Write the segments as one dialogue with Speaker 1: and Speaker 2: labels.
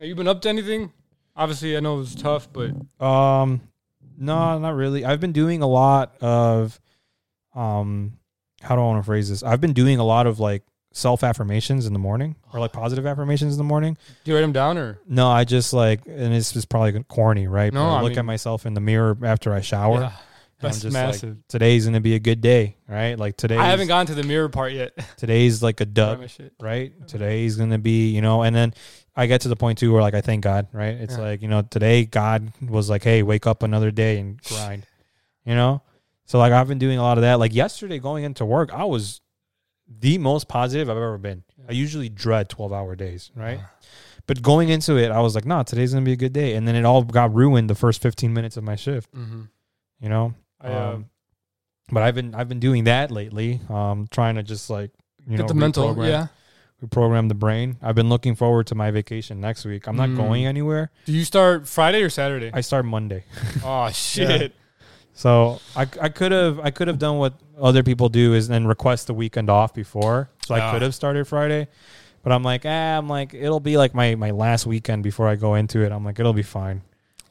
Speaker 1: Have you been up to anything? Obviously, I know it was tough, but
Speaker 2: Um,
Speaker 1: Hmm.
Speaker 2: no, not really. I've been doing a lot of, um, how do I want to phrase this? I've been doing a lot of like self affirmations in the morning or like positive affirmations in the morning.
Speaker 1: do you write them down or?
Speaker 2: No, I just like, and this is probably corny, right?
Speaker 1: No,
Speaker 2: But I
Speaker 1: I
Speaker 2: look
Speaker 1: mean-
Speaker 2: at myself in the mirror after I shower.
Speaker 1: Yeah,
Speaker 2: and I'm
Speaker 1: that's
Speaker 2: just
Speaker 1: massive.
Speaker 2: Like, Today's gonna be a good day, right? Like today,
Speaker 1: I haven't gotten to the mirror part yet.
Speaker 2: today's like a
Speaker 1: Try
Speaker 2: dub,
Speaker 1: my shit.
Speaker 2: right? Today's gonna be, you know, and then I get to the point too where like I thank God, right? It's
Speaker 1: Yeah.
Speaker 2: like, you know, today God was like, Hey, wake up another day and grind. you know? So like I've been doing a lot of that. Like yesterday going into work, I was the most positive I've ever been. I usually dread twelve hour days, right?
Speaker 1: Uh-huh.
Speaker 2: But going into it, I was like, nah, today's gonna be a good day. And then it all got ruined the first fifteen minutes of my shift,
Speaker 1: Mm-hmm.
Speaker 2: you know?
Speaker 1: I, uh,
Speaker 2: Um, but I've been I've been doing that lately. Um trying to just like you
Speaker 1: get
Speaker 2: know
Speaker 1: the mental.
Speaker 2: reprogram-
Speaker 1: Yeah.
Speaker 2: reprogram the brain. I've been looking forward to my vacation next week. I'm not
Speaker 1: Mm.
Speaker 2: going anywhere.
Speaker 1: Do you start Friday or Saturday?
Speaker 2: I start Monday.
Speaker 1: oh shit.
Speaker 2: So I I could have I could have done what other people do is then request the weekend off before. So I
Speaker 1: Ah.
Speaker 2: could have started Friday. But I'm like, ah, I'm like, it'll be like my, my last weekend before I go into it. I'm like, it'll be fine.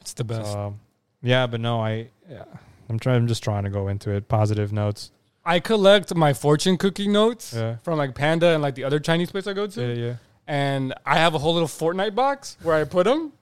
Speaker 1: It's the best.
Speaker 2: Um, yeah, but no, I, yeah, I'm trying. I'm just trying to go into it. Positive notes.
Speaker 1: I collect my fortune cookie notes
Speaker 2: Yeah.
Speaker 1: from like Panda and like the other Chinese place I go to,
Speaker 2: yeah.
Speaker 1: and I have a whole little Fortnite box where I put them.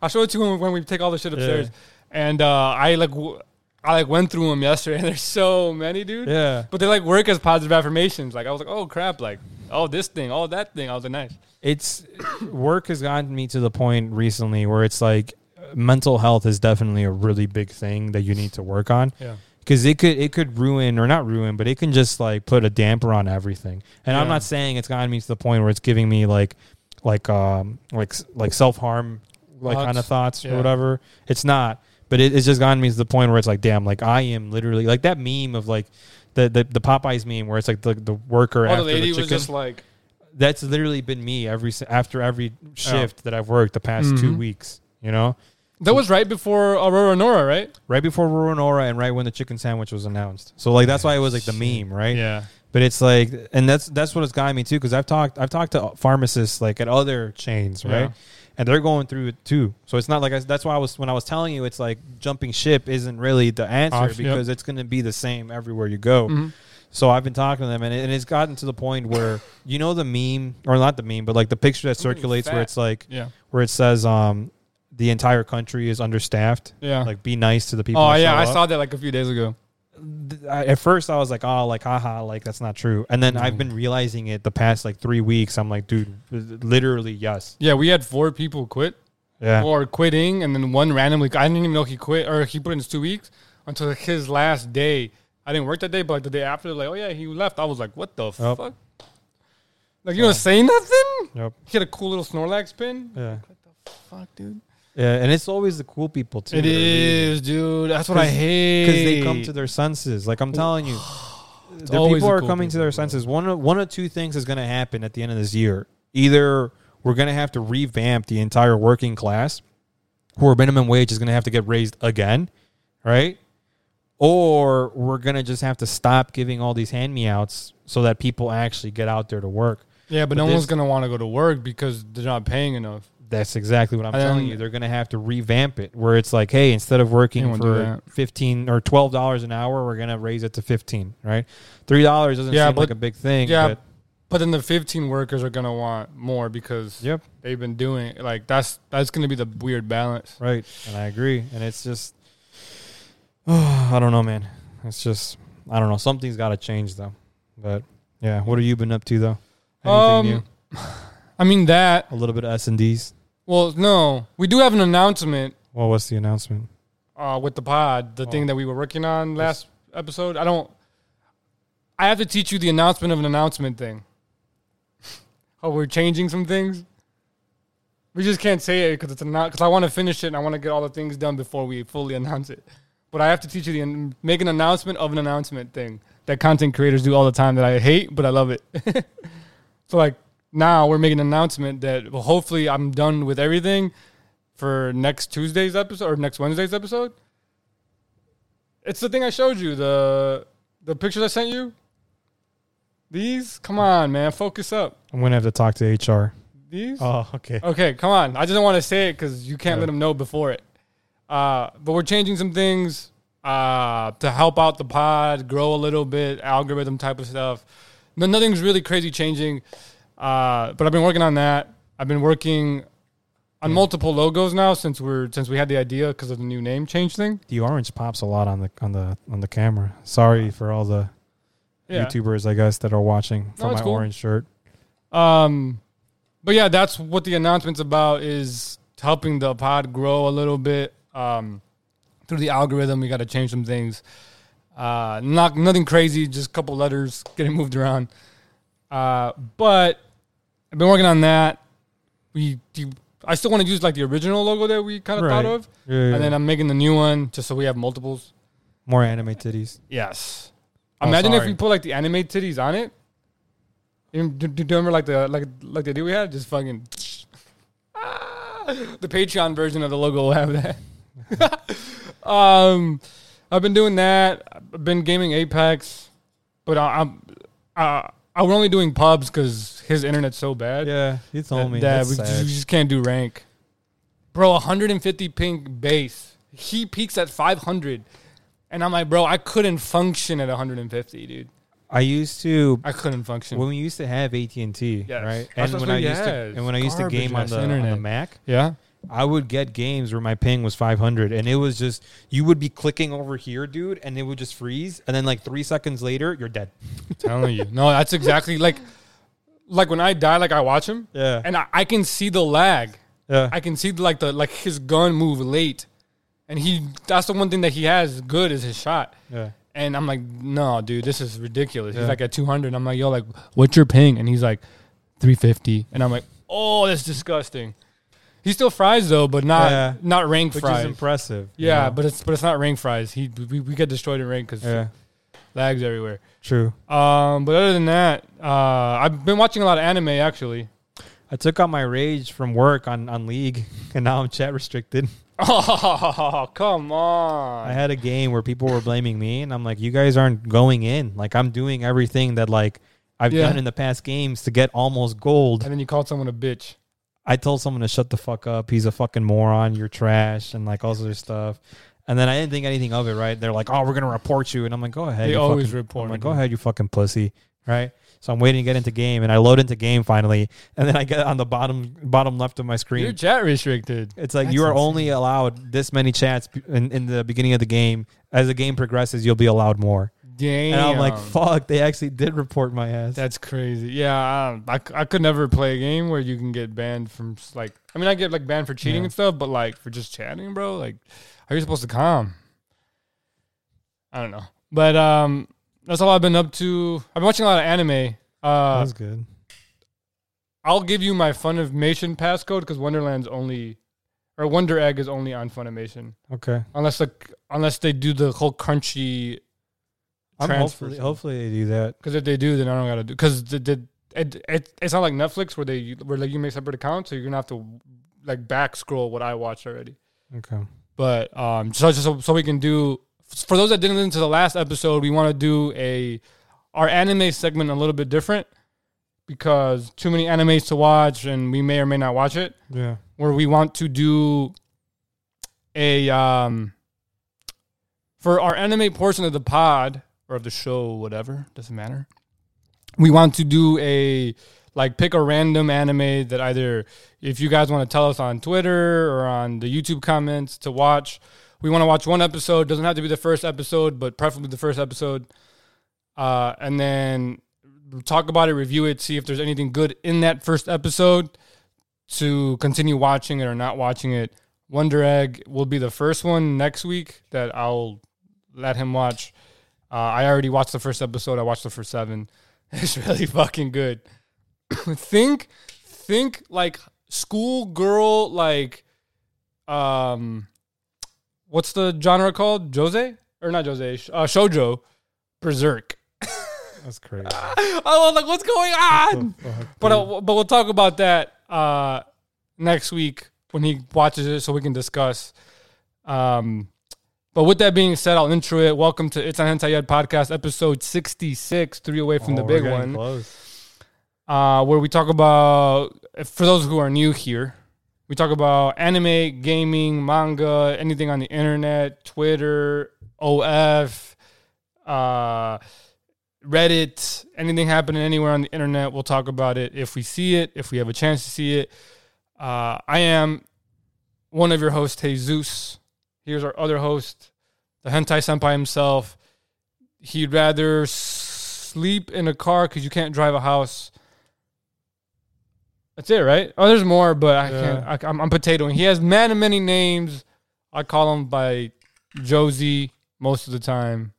Speaker 1: I'll show it to you when, when we take all the shit upstairs. And uh, I like, w- I like went through them yesterday, and there's so many, dude.
Speaker 2: Yeah.
Speaker 1: But they like work as positive affirmations. Like I was like, oh crap, like oh this thing, oh that thing. I was like, nice.
Speaker 2: it's work has gotten me to the point recently where it's like uh, mental health is definitely a really big thing that you need to work on
Speaker 1: Yeah.
Speaker 2: because it could it could ruin or not ruin but it can just like put a damper on everything and i'm
Speaker 1: Yeah.
Speaker 2: not saying it's gotten me to the point where it's giving me like like um like s- like self-harm like
Speaker 1: Thoughts.
Speaker 2: kind of thoughts
Speaker 1: Yeah.
Speaker 2: or whatever it's not but it, it's just gotten me to the point where it's like damn like i am literally like that meme of like the the, the popeyes meme where it's like the, the worker
Speaker 1: Oh,
Speaker 2: after
Speaker 1: the lady
Speaker 2: the chicken
Speaker 1: was just like,
Speaker 2: that's literally been me every s- after every
Speaker 1: Oh.
Speaker 2: shift that I've worked the past two
Speaker 1: Mhm.
Speaker 2: weeks. You know,
Speaker 1: that was right before Aurora Nora, right?
Speaker 2: right before Roronora and right when the chicken sandwich was announced. So like that's why it was like the meme, right?
Speaker 1: Yeah.
Speaker 2: But it's like, and that's that's what it's gotten me too because I've talked I've talked to pharmacists like at other chains, right?
Speaker 1: Yeah.
Speaker 2: And they're going through it too. So it's not like I, that's why I was when I was telling you it's like jumping ship isn't really the answer
Speaker 1: Off, yep.
Speaker 2: because it's going to be the same everywhere you go.
Speaker 1: Mhm.
Speaker 2: So I've been talking to them, and, it, and it's gotten to the point where you know the meme, or not the meme, but like the picture that circulates where
Speaker 1: fat.
Speaker 2: it's like
Speaker 1: Yeah.
Speaker 2: where it says um the entire country is understaffed.
Speaker 1: Yeah.
Speaker 2: Like be nice to the people.
Speaker 1: oh
Speaker 2: that
Speaker 1: yeah,
Speaker 2: show
Speaker 1: I
Speaker 2: up.
Speaker 1: saw that like a few days ago.
Speaker 2: Th- I- At first, I was like, oh, like haha, like that's not true. And then
Speaker 1: Mm.
Speaker 2: I've been realizing it the past like three weeks. I'm like, dude, literally yes.
Speaker 1: Yeah, we had four people quit.
Speaker 2: Yeah.
Speaker 1: or quitting, and then one randomly. I didn't even know he quit or he put in his two weeks until his last day. I didn't work that day, but like the day after, like oh yeah, he left. I was like, what the fuck? Like you don't say nothing.
Speaker 2: Yep.
Speaker 1: He had a cool little Snorlax pin.
Speaker 2: Yeah.
Speaker 1: Fuck, dude.
Speaker 2: Yeah. And it's always the cool people too.
Speaker 1: It is, dude. That's what I hate.
Speaker 2: because they come to their senses. Like I'm telling you, the
Speaker 1: always
Speaker 2: people
Speaker 1: the
Speaker 2: are
Speaker 1: cool
Speaker 2: coming to
Speaker 1: people,
Speaker 2: their
Speaker 1: bro.
Speaker 2: senses. One of, one of two things is going to happen at the end of this year. Either we're going to have to revamp the entire working class, or minimum wage is going to have to get raised again, right? Or we're going to just have to stop giving all these hand me outs so that people actually get out there to work.
Speaker 1: yeah, but, no
Speaker 2: this-
Speaker 1: one's gonna want to go to work because they're not paying enough.
Speaker 2: That's exactly what I'm
Speaker 1: And-
Speaker 2: telling you. They're going to have to revamp it where it's like, hey, instead of working
Speaker 1: Anyone do
Speaker 2: for
Speaker 1: that.
Speaker 2: 15 or $12 an hour, we're going to raise it to 15, right? $3 doesn't
Speaker 1: Yeah,
Speaker 2: seem like
Speaker 1: but-
Speaker 2: a big thing.
Speaker 1: Yeah,
Speaker 2: but-
Speaker 1: but then the 15 workers are gonna want more because
Speaker 2: yep,
Speaker 1: they've been doing like that's that's gonna be the weird balance.
Speaker 2: right. And I agree. And it's just, I don't know, man. It's just, I don't know. Something's got to change, though. But yeah, what have you been up to, though? Anything
Speaker 1: Um,
Speaker 2: new?
Speaker 1: I mean that.
Speaker 2: A little bit of S&Ds.
Speaker 1: Well, no, we do have an announcement
Speaker 2: Well, what's the announcement?
Speaker 1: uh, with the pod, the
Speaker 2: Oh.
Speaker 1: thing that we were working on last episode. I don't. I have to teach you the announcement of an announcement thing. How we're changing some things. We just can't say it because it's not because I want to finish it and I want to get all the things done before we fully announce it. But I have to teach you the make an announcement of an announcement thing that content creators do all the time that I hate, but I love it. so like now we're making an announcement that well, hopefully I'm done with everything for next Tuesday's episode or next Wednesday's episode. It's the thing I showed you the the pictures I sent you. These, come on, man, focus up.
Speaker 2: I'm going to have to talk to HR.
Speaker 1: these?
Speaker 2: Oh, okay.
Speaker 1: Okay, come on. I just don't want to say it because you can't let them know before it. Uh, but we're changing some things uh, to help out the pod, grow a little bit, algorithm type of stuff. No, nothing's really crazy changing, uh, but I've been working on that. I've been working on multiple logos now since we're since we had the idea because of the new name change thing.
Speaker 2: The orange pops a lot on the on the on the camera. Sorry for all the
Speaker 1: Yeah.
Speaker 2: YouTubers, I guess, that are watching for
Speaker 1: No, it's
Speaker 2: my
Speaker 1: cool.
Speaker 2: orange shirt.
Speaker 1: Um, but yeah, that's what the announcement's about is helping the pod grow a little bit. Um, through the algorithm, we got to change some things. Uh, not nothing crazy, just a couple letters getting moved around. Uh, but I've been working on that. We, do, I still want to use like the original logo that we kind of thought
Speaker 2: Right.
Speaker 1: of,
Speaker 2: Yeah, yeah,
Speaker 1: and then
Speaker 2: yeah.
Speaker 1: I'm making the new one just so we have multiples.
Speaker 2: more anime titties.
Speaker 1: Yes.
Speaker 2: Oh,
Speaker 1: Imagine if
Speaker 2: sorry.
Speaker 1: we put like the anime titties on it. You do, do you remember like the like like the idea we had? Just fucking Ah, the Patreon version of the logo will have that. um, I've been doing that. I've been gaming Apex, but I, I'm uh, I we're only doing pubs because his internet's so bad.
Speaker 2: Yeah, you told
Speaker 1: that,
Speaker 2: me.
Speaker 1: that
Speaker 2: That's
Speaker 1: Uh, we,
Speaker 2: sad.
Speaker 1: just, we just can't do rank. Bro, 150 ping base. He peaks at 500, and I'm like, bro, I couldn't function at 150, dude.
Speaker 2: I used to
Speaker 1: I couldn't function.
Speaker 2: when we used to have AT and T,
Speaker 1: Yes.
Speaker 2: right?
Speaker 1: That's
Speaker 2: And
Speaker 1: what
Speaker 2: when I
Speaker 1: we
Speaker 2: used to
Speaker 1: had.
Speaker 2: and when I used to
Speaker 1: Garbage
Speaker 2: game on
Speaker 1: ass
Speaker 2: the, on the
Speaker 1: internet.
Speaker 2: Mac,
Speaker 1: yeah,
Speaker 2: I would get games where my ping was 500, and it was just you would be clicking over here, dude, and it would just freeze, and then like three seconds later, you're dead.
Speaker 1: telling you. No, that's exactly like like when I die, like I watch him.
Speaker 2: Yeah,
Speaker 1: and I, I can see the lag.
Speaker 2: yeah.
Speaker 1: I can see like the like his gun move late, and he that's the one thing that he has good is his shot.
Speaker 2: yeah.
Speaker 1: And I'm like, no, dude, this is ridiculous.
Speaker 2: Yeah.
Speaker 1: He's like at 200. I'm like, yo, like, what's your ping? And he's like, 350. And I'm like, oh, that's disgusting. He still fries though, but not
Speaker 2: Yeah.
Speaker 1: not rank
Speaker 2: Which
Speaker 1: fries.
Speaker 2: is impressive. you
Speaker 1: yeah,
Speaker 2: know?
Speaker 1: but it's but it's not rank fries. He we, we get destroyed in rank because
Speaker 2: yeah,
Speaker 1: lags everywhere.
Speaker 2: true.
Speaker 1: Um, but other than that, uh, I've been watching a lot of anime actually.
Speaker 2: I took out my rage from work on on League, and now I'm chat restricted.
Speaker 1: Oh, come on!
Speaker 2: I had a game where people were blaming me, and I'm like, you guys aren't going in. Like I'm doing everything that like I've
Speaker 1: Yeah.
Speaker 2: done in the past games to get almost gold.
Speaker 1: and then you called someone a bitch.
Speaker 2: I told someone to shut the fuck up. He's a fucking moron. You're trash, and like all this other stuff. And then I didn't think anything of it, right? They're like, "Oh, we're gonna report you," and I'm like, "Go ahead."
Speaker 1: They
Speaker 2: you
Speaker 1: always
Speaker 2: fucking,
Speaker 1: report
Speaker 2: I'm like,
Speaker 1: me.
Speaker 2: "Go ahead, you fucking pussy." Right. So I'm waiting to get into game, and I load into game finally, and then I get on the bottom bottom left of my screen.
Speaker 1: You're chat restricted.
Speaker 2: it's like
Speaker 1: That's
Speaker 2: you are only allowed this many chats p- in, in the beginning of the game. As the game progresses, you'll be allowed more.
Speaker 1: Damn.
Speaker 2: And I'm like, "Fuck!" They actually did report my ass.
Speaker 1: That's crazy. Yeah, um, I, I, c- I could never play a game where you can get banned from s- like. I mean, I get like banned for cheating
Speaker 2: Yeah.
Speaker 1: and stuff, but like for just chatting, bro. Like, how are you supposed to calm? I don't know, but um, that's all I've been up to. I've been watching a lot of anime.
Speaker 2: that
Speaker 1: Uh,
Speaker 2: was good.
Speaker 1: I'll give you my Funimation passcode because Wonderland's only, or Wonder Egg is only on Funimation
Speaker 2: Okay.
Speaker 1: unless like unless they do the whole crunchy
Speaker 2: I'm
Speaker 1: transfer
Speaker 2: hopefully,
Speaker 1: thing.
Speaker 2: hopefully they do that.
Speaker 1: Because if they do, then I don't gotta do. Because the, the, it, it, it's not like Netflix where they where like you make separate accounts, so you're gonna have to like back scroll what I watched already.
Speaker 2: Okay.
Speaker 1: But um, so so, so we can do for those that didn't listen to the last episode, we want to do a our anime segment a little bit different because too many animes to watch, and we may or may not watch it.
Speaker 2: Yeah.
Speaker 1: Where we want to do a um for our anime portion of the pod or of the show, whatever doesn't matter we want to do a like pick a random anime that either if you guys want to tell us on Twitter or on the YouTube comments to watch, we want to watch one episode. Doesn't have to be the first episode, but preferably the first episode. Uh, and then talk about it, review it, see if there's anything good in that first episode to continue watching it or not watching it. Wonder Egg will be the first one next week that I'll let him watch. Uh, I already watched the first episode. I watched the first seven. It's really fucking good. think, think like schoolgirl, like, um, what's the genre called? Jose or not Jose? Sh- Uh, Shoujo, Berserk.
Speaker 2: That's crazy.
Speaker 1: I was like, what's going on? But uh, but we'll talk about that uh, next week when he watches it, so we can discuss. Um, but with that being said, I'll intro it. Welcome
Speaker 2: Oh,
Speaker 1: to It's on Hentai Yet podcast, episode sixty six, three away from the big one. uh, where we talk about, for those who are new here, we talk about anime, gaming, manga, anything on the internet, Twitter, OF, uh, Reddit, anything happening anywhere on the internet. We'll talk about it if we see it, if we have a chance to see it. Uh, I am one of your hosts, Jesus. Here's our other host, the hentai senpai himself. He'd rather sleep in a car because you can't drive a house. That's it, right? Oh, there's more, but I
Speaker 2: Yeah.
Speaker 1: can't. I, I'm, I'm potatoing. He has many, many names. I call him by Josie most of the time.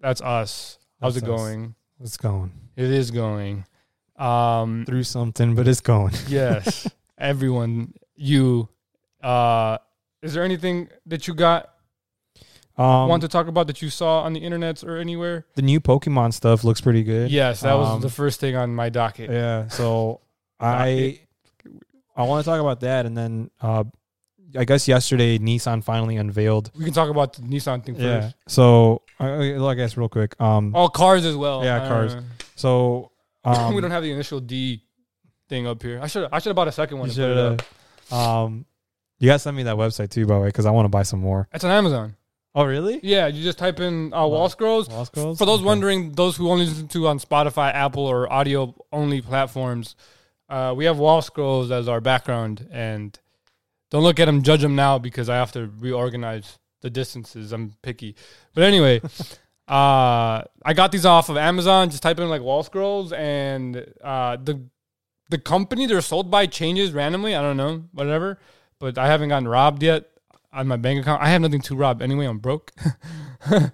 Speaker 1: That's us. How's
Speaker 2: That's
Speaker 1: it
Speaker 2: us.
Speaker 1: going?
Speaker 2: It's going
Speaker 1: It is going. Um,
Speaker 2: through something, but it's going.
Speaker 1: yes, everyone, you. Uh, is there anything that you got
Speaker 2: Um,
Speaker 1: want to talk about that you saw on the internet or anywhere?
Speaker 2: the new Pokemon stuff looks pretty good.
Speaker 1: Yes, that was
Speaker 2: Um,
Speaker 1: the first thing on my docket.
Speaker 2: Yeah. So I I want to talk about that, and then uh, I guess yesterday Nissan finally unveiled.
Speaker 1: We can talk about the Nissan thing first.
Speaker 2: So I, I guess real quick. Um.
Speaker 1: All cars as well.
Speaker 2: Yeah,
Speaker 1: I
Speaker 2: cars.
Speaker 1: don't know.
Speaker 2: So um,
Speaker 1: we don't have the initial D thing up here. I should I should have bought a second one.
Speaker 2: you
Speaker 1: and put it up.
Speaker 2: should, uh, um, you guys sent me that website too, by the way, because I want to buy some more.
Speaker 1: It's on Amazon.
Speaker 2: Oh, really?
Speaker 1: Yeah, you just type in uh, wall scrolls.
Speaker 2: Wall scrolls?
Speaker 1: For those
Speaker 2: Okay.
Speaker 1: wondering, those who only listen to on Spotify, Apple, or audio only platforms, uh, we have wall scrolls as our background. And don't look at them, judge them now because I have to reorganize the distances. I'm picky. But anyway, uh, I got these off of Amazon. Just type in like wall scrolls, and uh, the the company they're sold by changes randomly. I don't know, whatever. But I haven't gotten robbed yet on my bank account. I have nothing to rob anyway. I'm broke.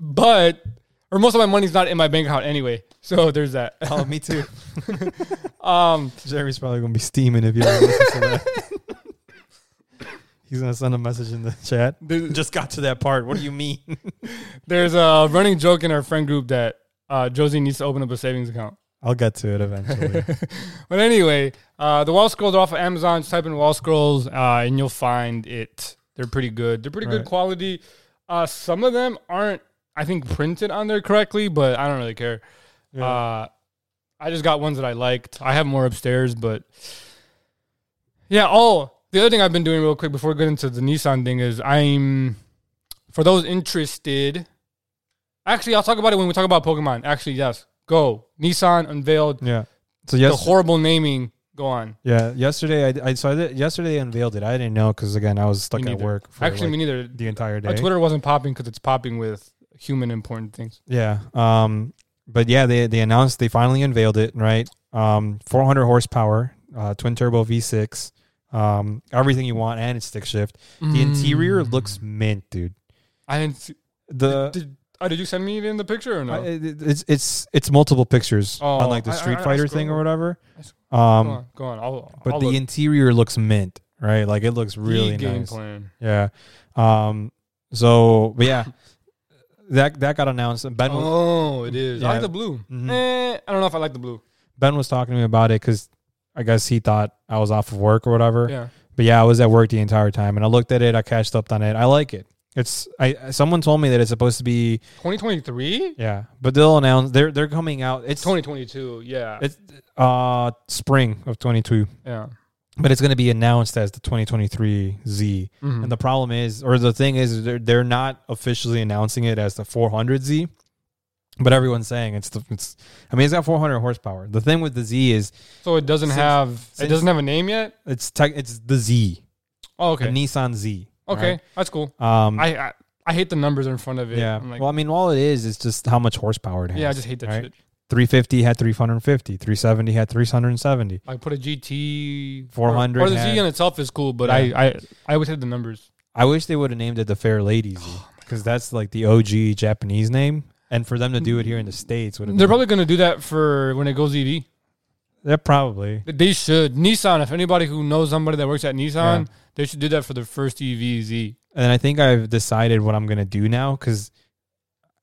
Speaker 1: but or most of my money's not in my bank account anyway. So there's that.
Speaker 2: Oh, me too.
Speaker 1: Um,
Speaker 2: Jeremy's probably gonna be steaming if you ever listen to that. He's gonna send a message in the chat.
Speaker 1: there-
Speaker 2: Just got to that part. What do you mean?
Speaker 1: there's a running joke in our friend group that uh, Josie needs to open up a savings account.
Speaker 2: I'll get to it eventually.
Speaker 1: But anyway, uh, the wall scrolls are off of Amazon. Just type in wall scrolls, uh, and you'll find it. They're pretty good. They're pretty good
Speaker 2: Right.
Speaker 1: quality. Uh, some of them aren't, I think, printed on there correctly, but I don't really care.
Speaker 2: Yeah.
Speaker 1: Uh, I just got ones that I liked. I have more upstairs, but yeah. Oh, the other thing I've been doing real quick before we get into the Nissan thing is I'm for those interested. Actually, I'll talk about it when we talk about Pokemon. Actually, yes, go Nissan unveiled
Speaker 2: yeah. So
Speaker 1: the
Speaker 2: yes,
Speaker 1: horrible naming. Go on.
Speaker 2: yeah. Yesterday, I, I so I did, yesterday they unveiled it. I didn't know because again, I was stuck
Speaker 1: Me
Speaker 2: at
Speaker 1: neither.
Speaker 2: work for
Speaker 1: Actually,
Speaker 2: like,
Speaker 1: me neither.
Speaker 2: the entire day.
Speaker 1: Our Twitter wasn't popping because it's popping with human important things.
Speaker 2: Yeah. Um. But yeah, they they announced they finally unveiled it. Right. Um. 400 horsepower, uh, twin turbo V6, um, everything you want, and it's stick shift. The
Speaker 1: Hmm.
Speaker 2: interior looks mint, dude.
Speaker 1: I didn't. See,
Speaker 2: The
Speaker 1: did, oh, did you send me it in the picture or no?
Speaker 2: I- it- it's it's it's multiple pictures
Speaker 1: Oh,
Speaker 2: on like the
Speaker 1: I- I-
Speaker 2: Street
Speaker 1: I
Speaker 2: Fighter thing or
Speaker 1: scrolled.
Speaker 2: whatever.
Speaker 1: I sc- go
Speaker 2: Um,
Speaker 1: on. Go on. I'll,
Speaker 2: but
Speaker 1: I'll
Speaker 2: the
Speaker 1: look.
Speaker 2: interior looks mint, right? Like it looks
Speaker 1: The
Speaker 2: really
Speaker 1: game
Speaker 2: nice.
Speaker 1: plan.
Speaker 2: Yeah. Um. So, but yeah, that that got announced. and Ben was-
Speaker 1: Oh, it is. I
Speaker 2: Yeah.
Speaker 1: like the blue.
Speaker 2: Mhm.
Speaker 1: Eh, I don't know if I like the blue.
Speaker 2: Ben was talking to me about it because I guess he thought I was off of work or whatever.
Speaker 1: Yeah.
Speaker 2: But yeah, I was at work the entire time, and I looked at it. I cashed up on it. I like it. It's I. Someone told me that it's supposed to be
Speaker 1: 2023?
Speaker 2: yeah, but they'll announce they're they're coming out. It's
Speaker 1: 2022. Yeah.
Speaker 2: it's uh spring of twenty two,
Speaker 1: yeah.
Speaker 2: but it's going to be announced as the twenty twenty three Z.
Speaker 1: Mhm.
Speaker 2: And the problem is, or the thing is, they're they're not officially announcing it as the four hundred Z. But everyone's saying it's the it's. I mean, it's got four hundred horsepower. The thing with the Z is
Speaker 1: so it doesn't
Speaker 2: since-
Speaker 1: have it
Speaker 2: since-
Speaker 1: doesn't have a name yet?
Speaker 2: It's tech. It's the Z,
Speaker 1: Oh,
Speaker 2: the
Speaker 1: okay.
Speaker 2: Nissan Z.
Speaker 1: okay. That's cool.
Speaker 2: right? Um.
Speaker 1: I, I I hate the numbers in front of it.
Speaker 2: yeah.
Speaker 1: I'm like,
Speaker 2: well, I mean, all it is is just how much horsepower it has.
Speaker 1: yeah, I just hate that
Speaker 2: right?
Speaker 1: shit.
Speaker 2: 350 had 350. 370 had 370.
Speaker 1: I put a GT
Speaker 2: 400
Speaker 1: Or, or the
Speaker 2: had-
Speaker 1: Z in itself is cool, but
Speaker 2: Yeah.
Speaker 1: I, I I always hate the numbers.
Speaker 2: I wish they would have named it the Fair Lady
Speaker 1: Oh
Speaker 2: Z because that's like the OG Japanese name. And for them to do it here in the states would have
Speaker 1: They're probably going to do that for when it goes EV.
Speaker 2: they're probably
Speaker 1: They should Nissan. If anybody who knows somebody that works at Nissan,
Speaker 2: Yeah.
Speaker 1: they should do that for their first EV Z.
Speaker 2: and I think I've decided what I'm gonna do now because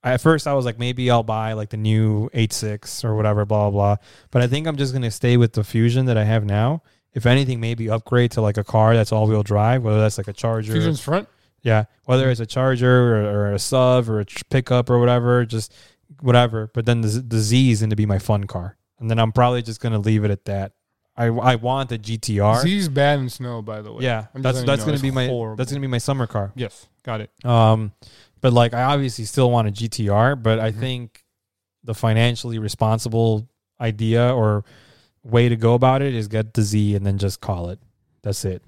Speaker 2: at first I was like maybe I'll buy like the new 86 or whatever blah blah blah but I think I'm just gonna stay with the Fusion that I have now if anything maybe upgrade to like a car that's all wheel drive whether that's like a Charger
Speaker 1: Fusion's front.
Speaker 2: yeah whether it's a Charger or, or a sub or a tr- pickup or whatever just whatever but then the, Z- the Z is gonna be my fun car and then I'm probably just gonna leave it at that. I, I want the GTR.
Speaker 1: Z's bad in snow, by the way.
Speaker 2: yeah,
Speaker 1: I'm just
Speaker 2: that's
Speaker 1: letting you
Speaker 2: that's
Speaker 1: know,
Speaker 2: gonna
Speaker 1: it's
Speaker 2: be my
Speaker 1: horrible.
Speaker 2: that's gonna be my summer car.
Speaker 1: yes, got it.
Speaker 2: Um, but like I obviously still want a GTR, but I
Speaker 1: Mhm.
Speaker 2: think the financially responsible idea or way to go about it is get the Z and then just call it. That's it.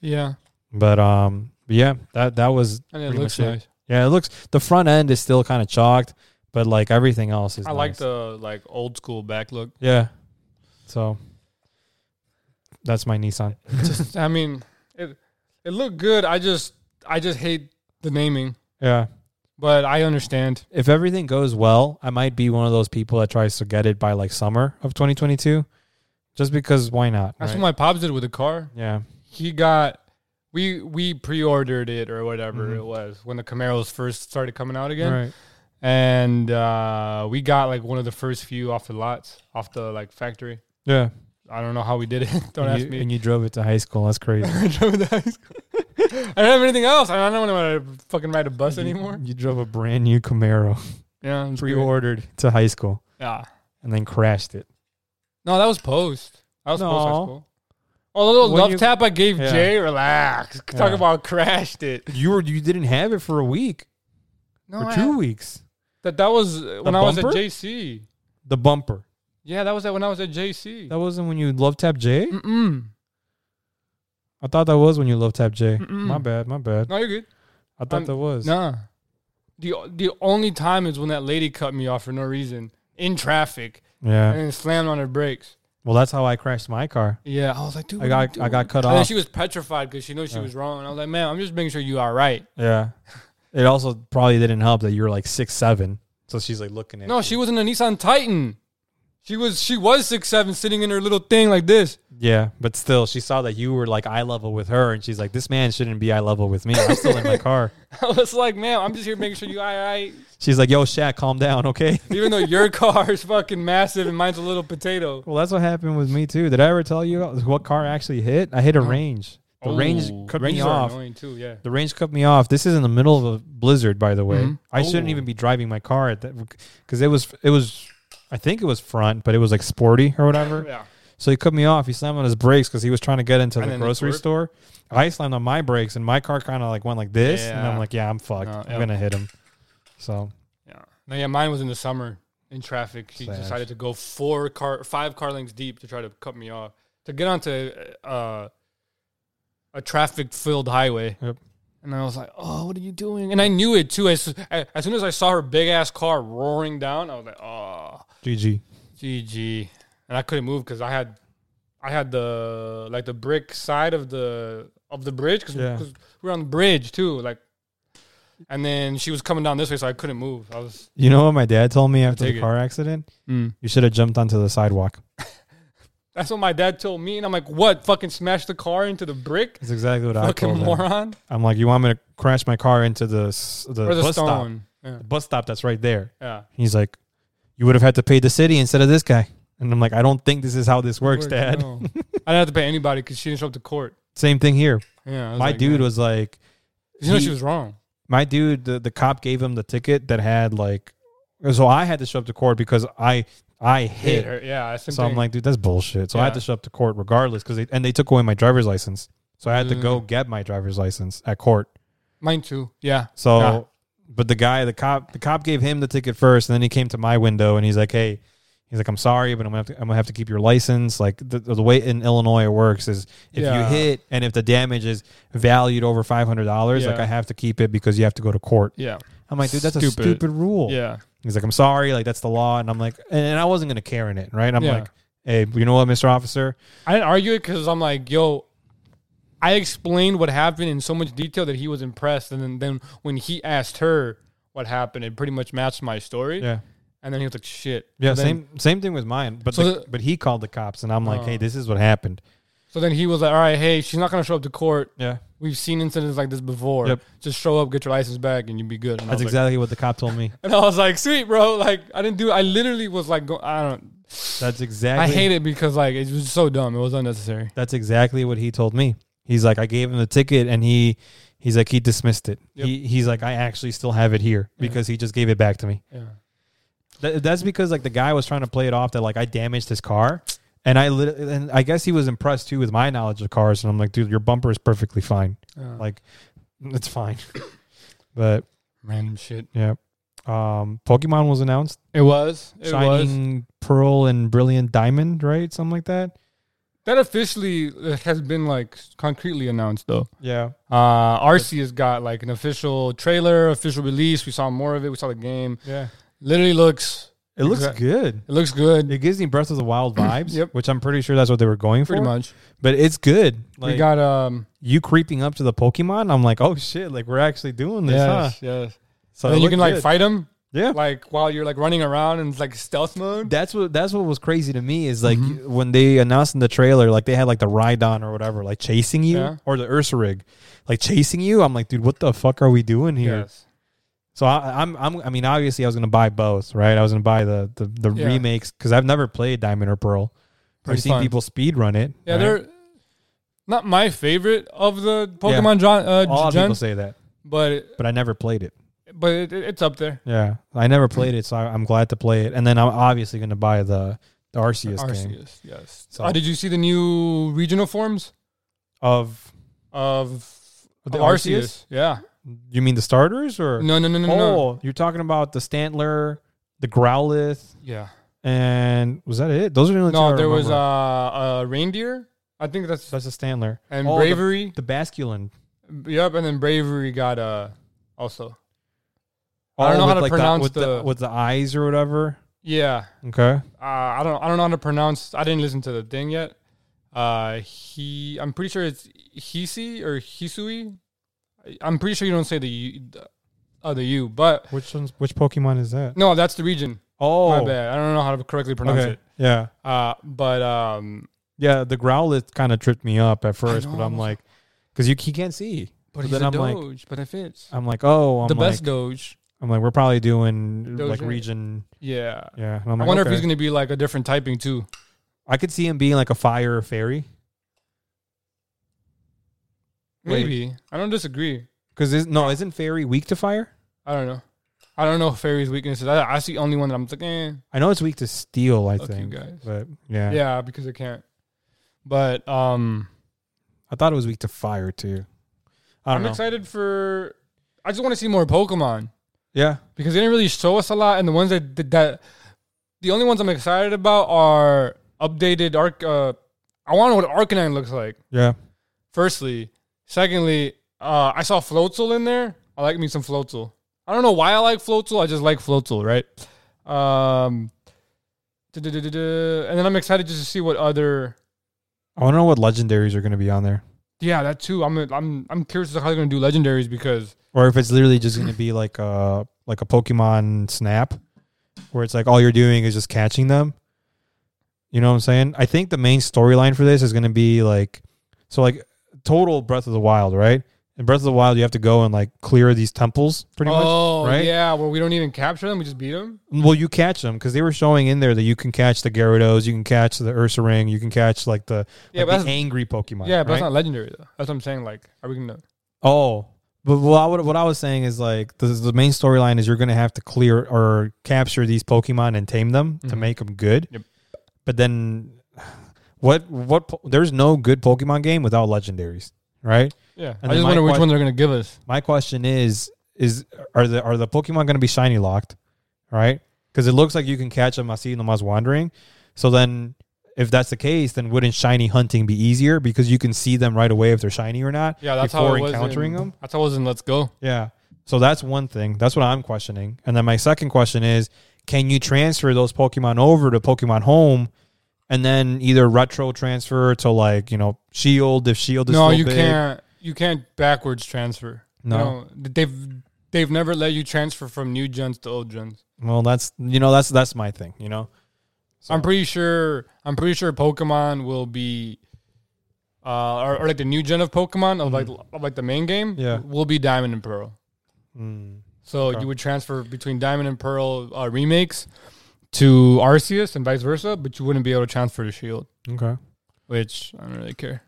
Speaker 1: Yeah,
Speaker 2: But um, but yeah, that that was
Speaker 1: and it
Speaker 2: Pretty
Speaker 1: looks
Speaker 2: much it.
Speaker 1: nice.
Speaker 2: yeah. It looks the front end is still kind of chalked, but like everything else is.
Speaker 1: I like
Speaker 2: nice.
Speaker 1: the like old school back look.
Speaker 2: yeah. So that's my Nissan.
Speaker 1: just, I mean, it it looked good. I just I just hate the naming,
Speaker 2: Yeah.
Speaker 1: but I understand.
Speaker 2: if everything goes well, I might be one of those people that tries to get it by like summer of 2022, just because why not?
Speaker 1: That's
Speaker 2: right?
Speaker 1: what my pops did with the car.
Speaker 2: yeah,
Speaker 1: He got we we pre-ordered it or whatever
Speaker 2: Mhm.
Speaker 1: it was when the Camaros first started coming out again,
Speaker 2: right.
Speaker 1: and uh, we got like one of the first few off the lots, off the like factory.
Speaker 2: Yeah,
Speaker 1: I don't know how we did it. Don't
Speaker 2: and
Speaker 1: ask
Speaker 2: you,
Speaker 1: me.
Speaker 2: And you drove it to high school. That's crazy.
Speaker 1: I drove the high school. I don't have anything else. I don't want to fucking ride a bus
Speaker 2: You-
Speaker 1: anymore.
Speaker 2: You, drove a brand new Camaro,
Speaker 1: Yeah, it's great.
Speaker 2: pre-ordered to high school,
Speaker 1: Yeah.
Speaker 2: and then crashed it.
Speaker 1: No, that was post. That was post high
Speaker 2: No.
Speaker 1: school. Oh, the little
Speaker 2: When
Speaker 1: love
Speaker 2: you-
Speaker 1: tap I gave
Speaker 2: Yeah.
Speaker 1: Jay. Relax. Talk
Speaker 2: Yeah.
Speaker 1: about crashed it.
Speaker 2: You were you didn't have it for a week
Speaker 1: No,
Speaker 2: or
Speaker 1: I-
Speaker 2: two weeks.
Speaker 1: that that was uh, when I was at
Speaker 2: bumper?
Speaker 1: JC.
Speaker 2: The bumper
Speaker 1: Yeah, that was at when I was at JC.
Speaker 2: that wasn't when you love tap J.
Speaker 1: Mm-mm.
Speaker 2: I thought that was when you love tap J.
Speaker 1: Mm-mm.
Speaker 2: My bad, my bad.
Speaker 1: No, you're good.
Speaker 2: I thought
Speaker 1: Um,
Speaker 2: that was.
Speaker 1: Nah. The the only time is when that lady cut me off for no reason in traffic
Speaker 2: Yeah.
Speaker 1: and then slammed on her brakes.
Speaker 2: Well, that's how I crashed my car.
Speaker 1: Yeah, I was like, dude, what are
Speaker 2: I
Speaker 1: you
Speaker 2: got I
Speaker 1: doing?
Speaker 2: got cut
Speaker 1: And then
Speaker 2: off.
Speaker 1: she was petrified because she knew she
Speaker 2: uh, Yeah.
Speaker 1: was wrong. And I was like, man, I'm just making sure you are right.
Speaker 2: Yeah. It also probably didn't help that you were like six seven. So she's like looking at
Speaker 1: No,
Speaker 2: you.
Speaker 1: she was in a Nissan Titan. She was she was six seven, sitting in her little thing like this.
Speaker 2: Yeah, but still she saw that you were like eye level with her and she's like, This man shouldn't be eye level with me. I'm still in my car.
Speaker 1: I was like, ma'am, I'm just here making sure you all right.
Speaker 2: She's like, Yo, Shaq, calm down, okay?
Speaker 1: Even though your car is fucking massive and mine's a little potato.
Speaker 2: Well, that's what happened with me too. Did I ever tell you what car actually hit? I hit a range. The
Speaker 1: Oh,
Speaker 2: range cut me
Speaker 1: Ranges are
Speaker 2: off.
Speaker 1: annoying too, yeah.
Speaker 2: The range cut me off. This is in the middle of a blizzard, by the way.
Speaker 1: Mhm.
Speaker 2: I shouldn't
Speaker 1: Oh.
Speaker 2: even be driving my car at that because it was it was I think it was front, but it was like sporty or whatever.
Speaker 1: Yeah.
Speaker 2: So he cut me off. He slammed on his brakes because he was trying to get into
Speaker 1: And
Speaker 2: the
Speaker 1: then it
Speaker 2: grocery
Speaker 1: swerved.
Speaker 2: store. I slammed on my brakes, and my car kind of like went like this, and I'm
Speaker 1: Yeah.
Speaker 2: like, "Yeah, I'm fucked.
Speaker 1: No,
Speaker 2: I'm
Speaker 1: yeah.
Speaker 2: gonna hit him." So
Speaker 1: Yeah. No, yeah, mine was in the summer in traffic. She
Speaker 2: Sad.
Speaker 1: decided to go four car five car lengths deep to try to cut me off. To get onto uh, a traffic filled highway.
Speaker 2: Yep.
Speaker 1: And I was like, "Oh, what are you doing?" And I knew it too. As as soon as I saw her big ass car roaring down, I was like, "Oh,
Speaker 2: GG.
Speaker 1: GG. And I couldn't move because I had, I had the like the brick side of the of the bridge because
Speaker 2: Yeah.
Speaker 1: we were on the bridge too. Like, and then she was coming down this way, so I couldn't move. I was.
Speaker 2: You know what my dad told me after
Speaker 1: take
Speaker 2: the
Speaker 1: it.
Speaker 2: car accident? You should have jumped onto the sidewalk.
Speaker 1: That's what my dad told me, and I'm like, "What? Fucking smash the car into the brick?
Speaker 2: That's exactly what I
Speaker 1: Fucking
Speaker 2: told him.
Speaker 1: moron!"
Speaker 2: I'm like, "You want me to crash my car into the s- the,
Speaker 1: Or the
Speaker 2: bus stop?
Speaker 1: stone? Yeah.
Speaker 2: The bus stop that's right there."
Speaker 1: yeah.
Speaker 2: He's like, "You would have had to pay the city instead of this guy." And I'm like, "I don't think this is how this works, Dad."
Speaker 1: No. I didn't have to pay anybody because she didn't show up to court.
Speaker 2: Same thing here.
Speaker 1: Yeah. I was
Speaker 2: My
Speaker 1: like,
Speaker 2: dude
Speaker 1: man.
Speaker 2: was like.
Speaker 1: You know,
Speaker 2: he-
Speaker 1: she was wrong.
Speaker 2: my dude the, the cop gave him the ticket that had like so i had to show up to court because i i hit,
Speaker 1: Hit her. Yeah. that's the
Speaker 2: so i'm
Speaker 1: thing.
Speaker 2: like dude that's bullshit so i had
Speaker 1: Yeah.
Speaker 2: to show up to court regardless because they and they took away my driver's license so i had to go
Speaker 1: Mm.
Speaker 2: get my driver's license at court
Speaker 1: mine too. Yeah.
Speaker 2: so
Speaker 1: Yeah.
Speaker 2: but the guy the cop the cop gave him the ticket first and then he came to my window and he's like hey he's like i'm sorry but i'm gonna have to, I'm gonna have to keep your license like the, the way in illinois it works is if
Speaker 1: Yeah.
Speaker 2: you hit and if the damage is valued over $500 like
Speaker 1: Yeah.
Speaker 2: i have to keep it because you have to go to court
Speaker 1: Yeah.
Speaker 2: I'm like, dude, that's a
Speaker 1: Stupid.
Speaker 2: stupid rule.
Speaker 1: Yeah.
Speaker 2: He's like, I'm sorry, like that's the law, and I'm like, and, and I wasn't gonna care in it, right? I'm
Speaker 1: Yeah.
Speaker 2: like, hey, you know what, Mister Officer?
Speaker 1: I didn't argue it because I'm like, yo, I explained what happened in so much detail that he was impressed, and then, then when he asked her what happened, it pretty much matched my story.
Speaker 2: Yeah,
Speaker 1: And then he was like, shit.
Speaker 2: yeah,
Speaker 1: So then-
Speaker 2: same same thing with mine, but
Speaker 1: So
Speaker 2: the-
Speaker 1: the-
Speaker 2: but he called the cops, and I'm like,
Speaker 1: Oh.
Speaker 2: hey, this is what happened.
Speaker 1: So then he was like, all right, hey, she's not gonna show up to court.
Speaker 2: Yeah,
Speaker 1: We've seen incidents like this before.
Speaker 2: Yep.
Speaker 1: Just show up, get your license back, and you'll be good. And I
Speaker 2: that's
Speaker 1: was like-
Speaker 2: exactly what the cop told me.
Speaker 1: and I was like, sweet, bro. Like I didn't do. I literally was like, go, I don't.
Speaker 2: That's exactly.
Speaker 1: I hate it because like it was so dumb. It was unnecessary.
Speaker 2: That's exactly what he told me. He's like, I gave him the ticket, and he he's like, he dismissed it.
Speaker 1: Yep.
Speaker 2: He he's like, I actually still have it here because he just gave it back to me.
Speaker 1: Yeah.
Speaker 2: That, that's because like the guy was trying to play it off that like I damaged his car, and I lit- and I guess he was impressed too with my knowledge of cars. And I'm like, dude, your bumper is perfectly fine.
Speaker 1: Uh,
Speaker 2: Like, it's fine. but
Speaker 1: random shit.
Speaker 2: yeah, um, Pokemon was announced.
Speaker 1: It was. It was.
Speaker 2: Shining Pearl and Brilliant Diamond, right? Something like that.
Speaker 1: That officially uh, has been like concretely announced though.
Speaker 2: Yeah.
Speaker 1: Uh, RC has got like an official trailer, official release. We saw more of it. We saw the game.
Speaker 2: Yeah.
Speaker 1: Literally looks.
Speaker 2: It looks
Speaker 1: Exact-
Speaker 2: good.
Speaker 1: It looks good.
Speaker 2: It gives me Breath of the Wild vibes,
Speaker 1: Yep.
Speaker 2: which I'm pretty sure that's what they were going for.
Speaker 1: Pretty much.
Speaker 2: But it's good. Like
Speaker 1: we got um.
Speaker 2: you creeping up to the Pokemon, I'm like, oh shit, like we're actually doing this, huh?
Speaker 1: Yes. Yes.
Speaker 2: So
Speaker 1: and
Speaker 2: it
Speaker 1: then you
Speaker 2: looked
Speaker 1: can like
Speaker 2: good.
Speaker 1: fight them
Speaker 2: Yeah.
Speaker 1: like while you're like running around and it's like stealth mode.
Speaker 2: That's what that's what was crazy to me is like
Speaker 1: Mm-hmm.
Speaker 2: when they announced in the trailer, like they had like the Rhydon or whatever, like chasing you
Speaker 1: Yeah.
Speaker 2: or the Ursarig, like chasing you. I'm like, dude, what the fuck are we doing here?
Speaker 1: Yes.
Speaker 2: So I, I'm, I'm, I mean, obviously, I was gonna buy both, right? I was gonna buy the the, the
Speaker 1: Yeah.
Speaker 2: remakes because I've never played Diamond or Pearl.
Speaker 1: Pretty
Speaker 2: I've seen
Speaker 1: fun.
Speaker 2: people speed run it.
Speaker 1: Yeah,
Speaker 2: right?
Speaker 1: they're not my favorite of the Pokemon gen, uh,
Speaker 2: all
Speaker 1: gen,
Speaker 2: people say that,
Speaker 1: but
Speaker 2: but I never played it.
Speaker 1: but it, it- it's up there.
Speaker 2: Yeah, I never
Speaker 1: Mm.
Speaker 2: played it, so I, I'm glad to play it. And then I'm obviously gonna buy the, the Arceus, game
Speaker 1: Arceus, yes.
Speaker 2: So-
Speaker 1: Uh, did you see the new regional forms
Speaker 2: of
Speaker 1: of
Speaker 2: the
Speaker 1: of
Speaker 2: Arceus.
Speaker 1: Yeah.
Speaker 2: You mean the starters or
Speaker 1: No, no, no, no,
Speaker 2: oh,
Speaker 1: no.
Speaker 2: you're talking about the Stantler, the Growlithe,
Speaker 1: Yeah.
Speaker 2: and was that it? Those are the only two
Speaker 1: No,
Speaker 2: I
Speaker 1: there was uh,
Speaker 2: remember.
Speaker 1: a reindeer. I think that's
Speaker 2: that's a Stantler
Speaker 1: and
Speaker 2: Oh, the-
Speaker 1: bravery.
Speaker 2: the Basculin.
Speaker 1: yep, and then bravery got uh also. I
Speaker 2: Oh,
Speaker 1: don't know how
Speaker 2: with,
Speaker 1: to
Speaker 2: like,
Speaker 1: pronounce
Speaker 2: with
Speaker 1: the-
Speaker 2: with the eyes or whatever.
Speaker 1: Yeah.
Speaker 2: Okay.
Speaker 1: Uh, I don't I don't know how to pronounce. I didn't listen to the thing yet. Uh, he I'm pretty sure it's Hisi or Hisui. I- I'm pretty sure you don't say the U, the, uh, the U, but
Speaker 2: Which one's which Pokemon is that?
Speaker 1: no, that's the region.
Speaker 2: Oh,
Speaker 1: My bad. I don't know how to correctly pronounce
Speaker 2: okay.
Speaker 1: it.
Speaker 2: Yeah,
Speaker 1: Uh, but um,
Speaker 2: yeah. The Growlithe kind of tripped me up at first,
Speaker 1: know,
Speaker 2: but
Speaker 1: I
Speaker 2: I'm
Speaker 1: was-
Speaker 2: like, because you he can't see.
Speaker 1: but
Speaker 2: But
Speaker 1: he's
Speaker 2: then
Speaker 1: a
Speaker 2: I'm like-
Speaker 1: doge. but it fits.
Speaker 2: I'm like, oh, I'm
Speaker 1: the
Speaker 2: like,
Speaker 1: best doge.
Speaker 2: I'm like, we're probably doing
Speaker 1: Those
Speaker 2: like
Speaker 1: are-
Speaker 2: region.
Speaker 1: Yeah.
Speaker 2: Yeah, and I'm
Speaker 1: I
Speaker 2: like,
Speaker 1: wonder if
Speaker 2: okay.
Speaker 1: he's gonna be like a different typing too.
Speaker 2: I could see him being like a fire or fairy Wait.
Speaker 1: Maybe I don't disagree.
Speaker 2: because is, no, isn't fairy weak to fire?
Speaker 1: I don't know. I don't know fairies' weaknesses. I, I see only one that I'm like, eh,
Speaker 2: I know it's weak to steel. I
Speaker 1: fuck you
Speaker 2: think,
Speaker 1: guys.
Speaker 2: but yeah.
Speaker 1: Yeah, because it can't. But um,
Speaker 2: I thought it was weak to fire too. I
Speaker 1: I'm
Speaker 2: don't know.
Speaker 1: excited for. I just want to see more Pokemon
Speaker 2: Yeah,
Speaker 1: because they didn't really show us a lot, and the ones that that, that the only ones I'm excited about are updated Arc. Uh, I want to know what Arcanine looks like.
Speaker 2: yeah.
Speaker 1: Firstly, secondly, uh, I saw Floatzel in there. I like me some Floatzel. I don't know why I like Floatzel. I just like Floatzel, right? Um, duh, duh, duh, duh, duh. and then I'm excited just to see what other
Speaker 2: I want to know what legendaries are going to be on there.
Speaker 1: Yeah, that too. I'm I'm I'm curious as to how they're gonna do legendaries because
Speaker 2: or if it's literally just going to be like a like a Pokemon Snap, where it's like all you're doing is just catching them. You know what I'm saying? I think the main storyline for this is going to be like, so like total Breath of the Wild, right? In Breath of the Wild, you have to go and like clear these temples, pretty much.
Speaker 1: oh
Speaker 2: right?
Speaker 1: yeah, where we don't even capture them, we just beat them.
Speaker 2: Well, you catch them because they were showing in there that you can catch the Gyarados, you can catch the Ursaring, you can catch like the
Speaker 1: Yeah,
Speaker 2: like
Speaker 1: but
Speaker 2: the
Speaker 1: that's-
Speaker 2: angry Pokemon.
Speaker 1: Yeah, but
Speaker 2: right?
Speaker 1: that's not legendary though. That's what I'm saying. Like, are we gonna?
Speaker 2: Oh, but what I, would, what I was saying is like the, the main storyline is you're going to have to clear or capture these Pokemon and tame them to
Speaker 1: Mhm.
Speaker 2: make them good.
Speaker 1: Yep.
Speaker 2: But then, what what po- there's no good Pokemon game without legendaries, right?
Speaker 1: Yeah,
Speaker 2: And
Speaker 1: I
Speaker 2: then
Speaker 1: just
Speaker 2: my
Speaker 1: wonder which
Speaker 2: que-
Speaker 1: one they're gonna give us.
Speaker 2: My question is is are the are the Pokemon going to be shiny locked, right? Because it looks like you can catch them. I see them as wandering. So then, if that's the case, then wouldn't shiny hunting be easier because you can see them right away if they're shiny or not?
Speaker 1: Yeah, that's how
Speaker 2: before
Speaker 1: it was.
Speaker 2: encountering
Speaker 1: in,
Speaker 2: them.
Speaker 1: That's how it was in Let's Go.
Speaker 2: Yeah. So that's one thing. That's what I'm questioning. And then my second question is can you transfer those Pokemon over to Pokemon Home and then either retro transfer to like, you know, Shield if Shield is
Speaker 1: No,
Speaker 2: still
Speaker 1: you
Speaker 2: big?
Speaker 1: can't. You can't backwards transfer.
Speaker 2: No.
Speaker 1: You know, they've they've never let you transfer from new gens to old gens.
Speaker 2: Well, that's you know, that's that's my thing, you know. So-
Speaker 1: I'm pretty sure. I'm pretty sure Pokemon will be. Uh, or, or like the new gen of Pokemon of like of like the main game
Speaker 2: Yeah.
Speaker 1: will be Diamond and Pearl.
Speaker 2: Mm.
Speaker 1: So
Speaker 2: Okay.
Speaker 1: you would transfer between Diamond and Pearl uh, remakes to Arceus and vice versa, but you wouldn't be able to transfer to Shield,
Speaker 2: Okay.
Speaker 1: E which I don't really care.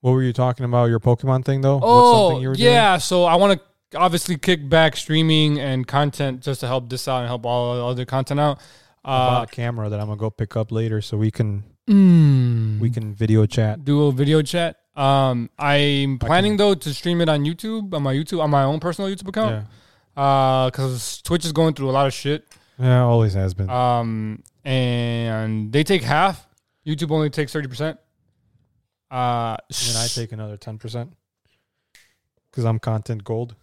Speaker 2: What were you talking about your Pokemon thing though? What's
Speaker 1: Oh,
Speaker 2: something you were doing?
Speaker 1: yeah. So I want to obviously kick back streaming and content just to help this out and help all the other content out.
Speaker 2: I
Speaker 1: Uh,
Speaker 2: bought a camera that I'm gonna go pick up later, so we can
Speaker 1: mm,
Speaker 2: we can video chat.
Speaker 1: do a video chat. Um, I'm planning though to stream it on YouTube on my YouTube on my own personal YouTube
Speaker 2: Yeah,
Speaker 1: account. Uh 'cause because Twitch is going through a lot of shit.
Speaker 2: yeah, always has been.
Speaker 1: Um, and they take half. YouTube only takes thirty percent. Uh,
Speaker 2: and I take another ten percent because I'm content gold.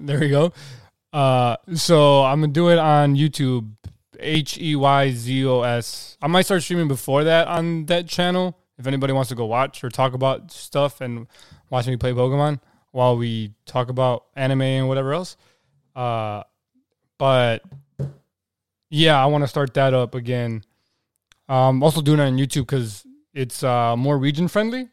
Speaker 1: There we go. Uh, so I'm gonna do it on YouTube. H e y z o s. I might start streaming before that on that channel. If anybody wants to go watch or talk about stuff and watch me play Pokemon while we talk about anime and whatever else. Uh, but yeah, I want to start that up again. Um, also doing it on YouTube because it's uh more region friendly.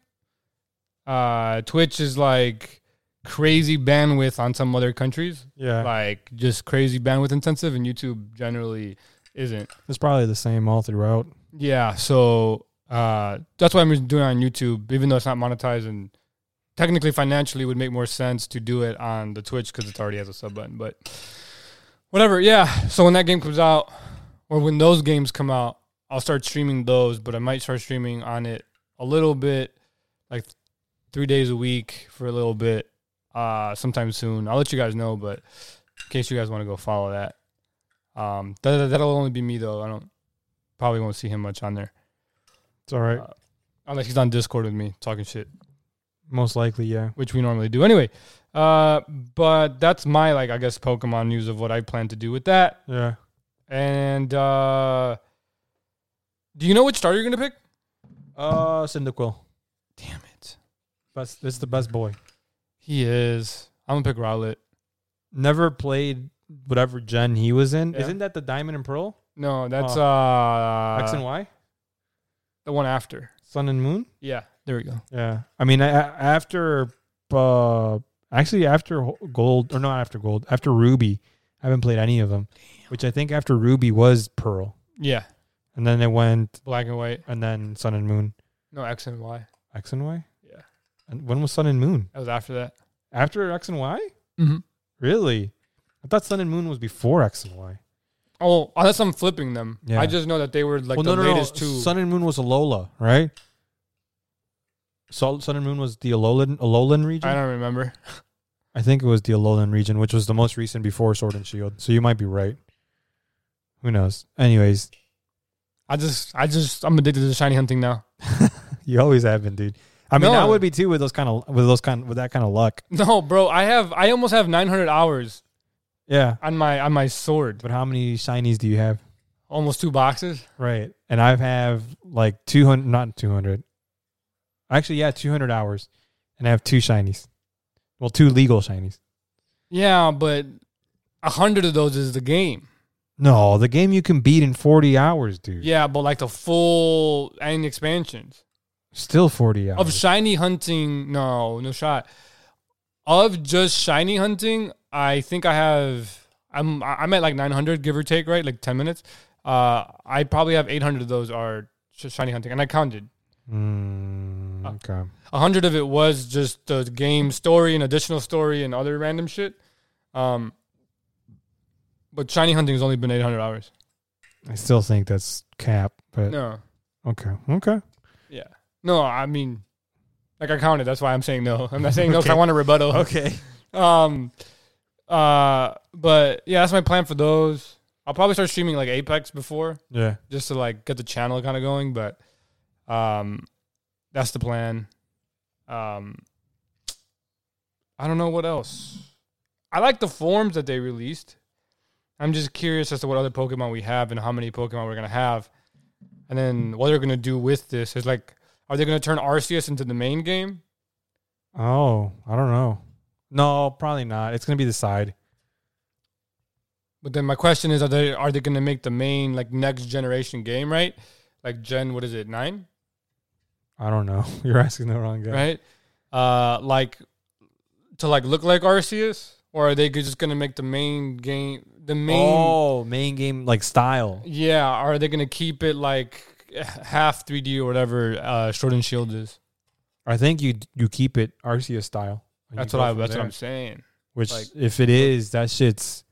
Speaker 1: Uh, Twitch is like crazy bandwidth on some other countries,
Speaker 2: Yeah,
Speaker 1: like just crazy bandwidth intensive, and YouTube generally isn't.
Speaker 2: it's probably the same all throughout.
Speaker 1: Yeah, so uh, that's why I'm doing it on YouTube, even though it's not monetized and technically financially would make more sense to do it on the Twitch because it already has a sub button. But whatever, yeah. So when that game comes out, or when those games come out, I'll start streaming those. But I might start streaming on it a little bit, like three days a week for a little bit, uh, sometime soon. I'll let you guys know, but in case you guys want to go follow that, um, that that'll only be me though. I don't probably won't see him much on there
Speaker 2: It's all right.
Speaker 1: Uh, unless he's on Discord with me talking shit
Speaker 2: Most likely, yeah.
Speaker 1: which we normally do anyway. Uh, but that's my like I guess Pokemon news of what I plan to do with that.
Speaker 2: Yeah.
Speaker 1: And uh, do you know which starter you're gonna pick?
Speaker 2: Uh, Cyndaquil.
Speaker 1: Damn it,
Speaker 2: Best. It's the best boy.
Speaker 1: he is. I'm gonna pick Rowlet.
Speaker 2: Never played whatever gen he was in.
Speaker 1: Yeah.
Speaker 2: Isn't that the Diamond and Pearl?
Speaker 1: No, that's uh,
Speaker 2: Oh. X and Y.
Speaker 1: the one after.
Speaker 2: Sun and Moon.
Speaker 1: Yeah, there we go.
Speaker 2: Yeah. I mean, I, I- after uh, actually after Ho- Gold or not after Gold, after Ruby, I haven't played any of them. Which I think after Ruby was Pearl,
Speaker 1: Yeah,
Speaker 2: and then it went,
Speaker 1: black and white.
Speaker 2: and then Sun and Moon,
Speaker 1: No X and Y.
Speaker 2: X and Y.
Speaker 1: Yeah.
Speaker 2: And when was Sun and Moon?
Speaker 1: That was after that.
Speaker 2: After X and Y?
Speaker 1: Mm-hmm.
Speaker 2: Really? I thought Sun and Moon was before X and Y.
Speaker 1: Oh, unless I'm flipping them.
Speaker 2: Yeah.
Speaker 1: I just know that they were like
Speaker 2: well,
Speaker 1: the
Speaker 2: no, no,
Speaker 1: latest
Speaker 2: no.
Speaker 1: two.
Speaker 2: Sun and Moon was Alola, right? Sol- Sun and Moon was the Alolan, Alolan region.
Speaker 1: I don't remember.
Speaker 2: I think it was the Alolan region, which was the most recent before Sword and Shield. So you might be right. Who knows? Anyways,
Speaker 1: I just, I just, I'm addicted to shiny hunting now.
Speaker 2: you always have been, dude. I mean,
Speaker 1: No.
Speaker 2: I would be too with those kind of with those kind with that kind of luck.
Speaker 1: No, bro, I have, I almost have 900 hours
Speaker 2: Yeah,
Speaker 1: on my on my sword.
Speaker 2: but how many shinies do you have?
Speaker 1: Almost two boxes.
Speaker 2: Right, and I have like two hundred, not two hundred. Actually, yeah, two hundred hours, and I have two shinies. Well, two legal shinies.
Speaker 1: Yeah, but a hundred of those is the game.
Speaker 2: No, the game you can beat in forty hours, dude.
Speaker 1: Yeah, but like the full and expansions
Speaker 2: Still forty hours.
Speaker 1: of shiny hunting. No, no shot. Of just shiny hunting, I think I have. I'm I'm at like 900, give or take, right? Like 10 minutes. Uh, I probably have 800 of those are sh- shiny hunting, and I counted.
Speaker 2: Mm,
Speaker 1: Uh,
Speaker 2: okay.
Speaker 1: A hundred of it was just the game story and additional story and other random shit. Um, but shiny hunting has only been 800 hours.
Speaker 2: I still think that's cap, but
Speaker 1: No,
Speaker 2: okay, okay.
Speaker 1: yeah, no. I mean, like I counted. That's why I'm saying no. I'm not saying no 'cause I
Speaker 2: Okay.
Speaker 1: want a rebuttal.
Speaker 2: Okay.
Speaker 1: Um, uh, but yeah, that's my plan for those. I'll probably start streaming like Apex before,
Speaker 2: Yeah.
Speaker 1: just to like get the channel kind of going. But um, that's the plan. Um, I don't know what else. I like the forms that they released. I'm just curious as to what other Pokemon we have and how many Pokemon we're gonna have, and then what they're gonna do with this is like, are they gonna turn Arceus into the main game?
Speaker 2: Oh, I don't know. No, probably not. It's gonna be the side.
Speaker 1: But then my question is, are they are they gonna make the main like next generation game right? Like Gen, what is it, nine?
Speaker 2: I don't know. You're asking the wrong guy.
Speaker 1: right? Uh, like to like look like Arceus, or are they just gonna make the main game the main?
Speaker 2: Oh, main game like style.
Speaker 1: Yeah, are they gonna keep it like half 3D or whatever uh, Sword and Shield is?
Speaker 2: I think you you keep it Arceus style. and you
Speaker 1: That's
Speaker 2: go
Speaker 1: what I.
Speaker 2: from
Speaker 1: That's what
Speaker 2: there.
Speaker 1: I'm saying.
Speaker 2: Which,
Speaker 1: Like-
Speaker 2: if it is, that shit's.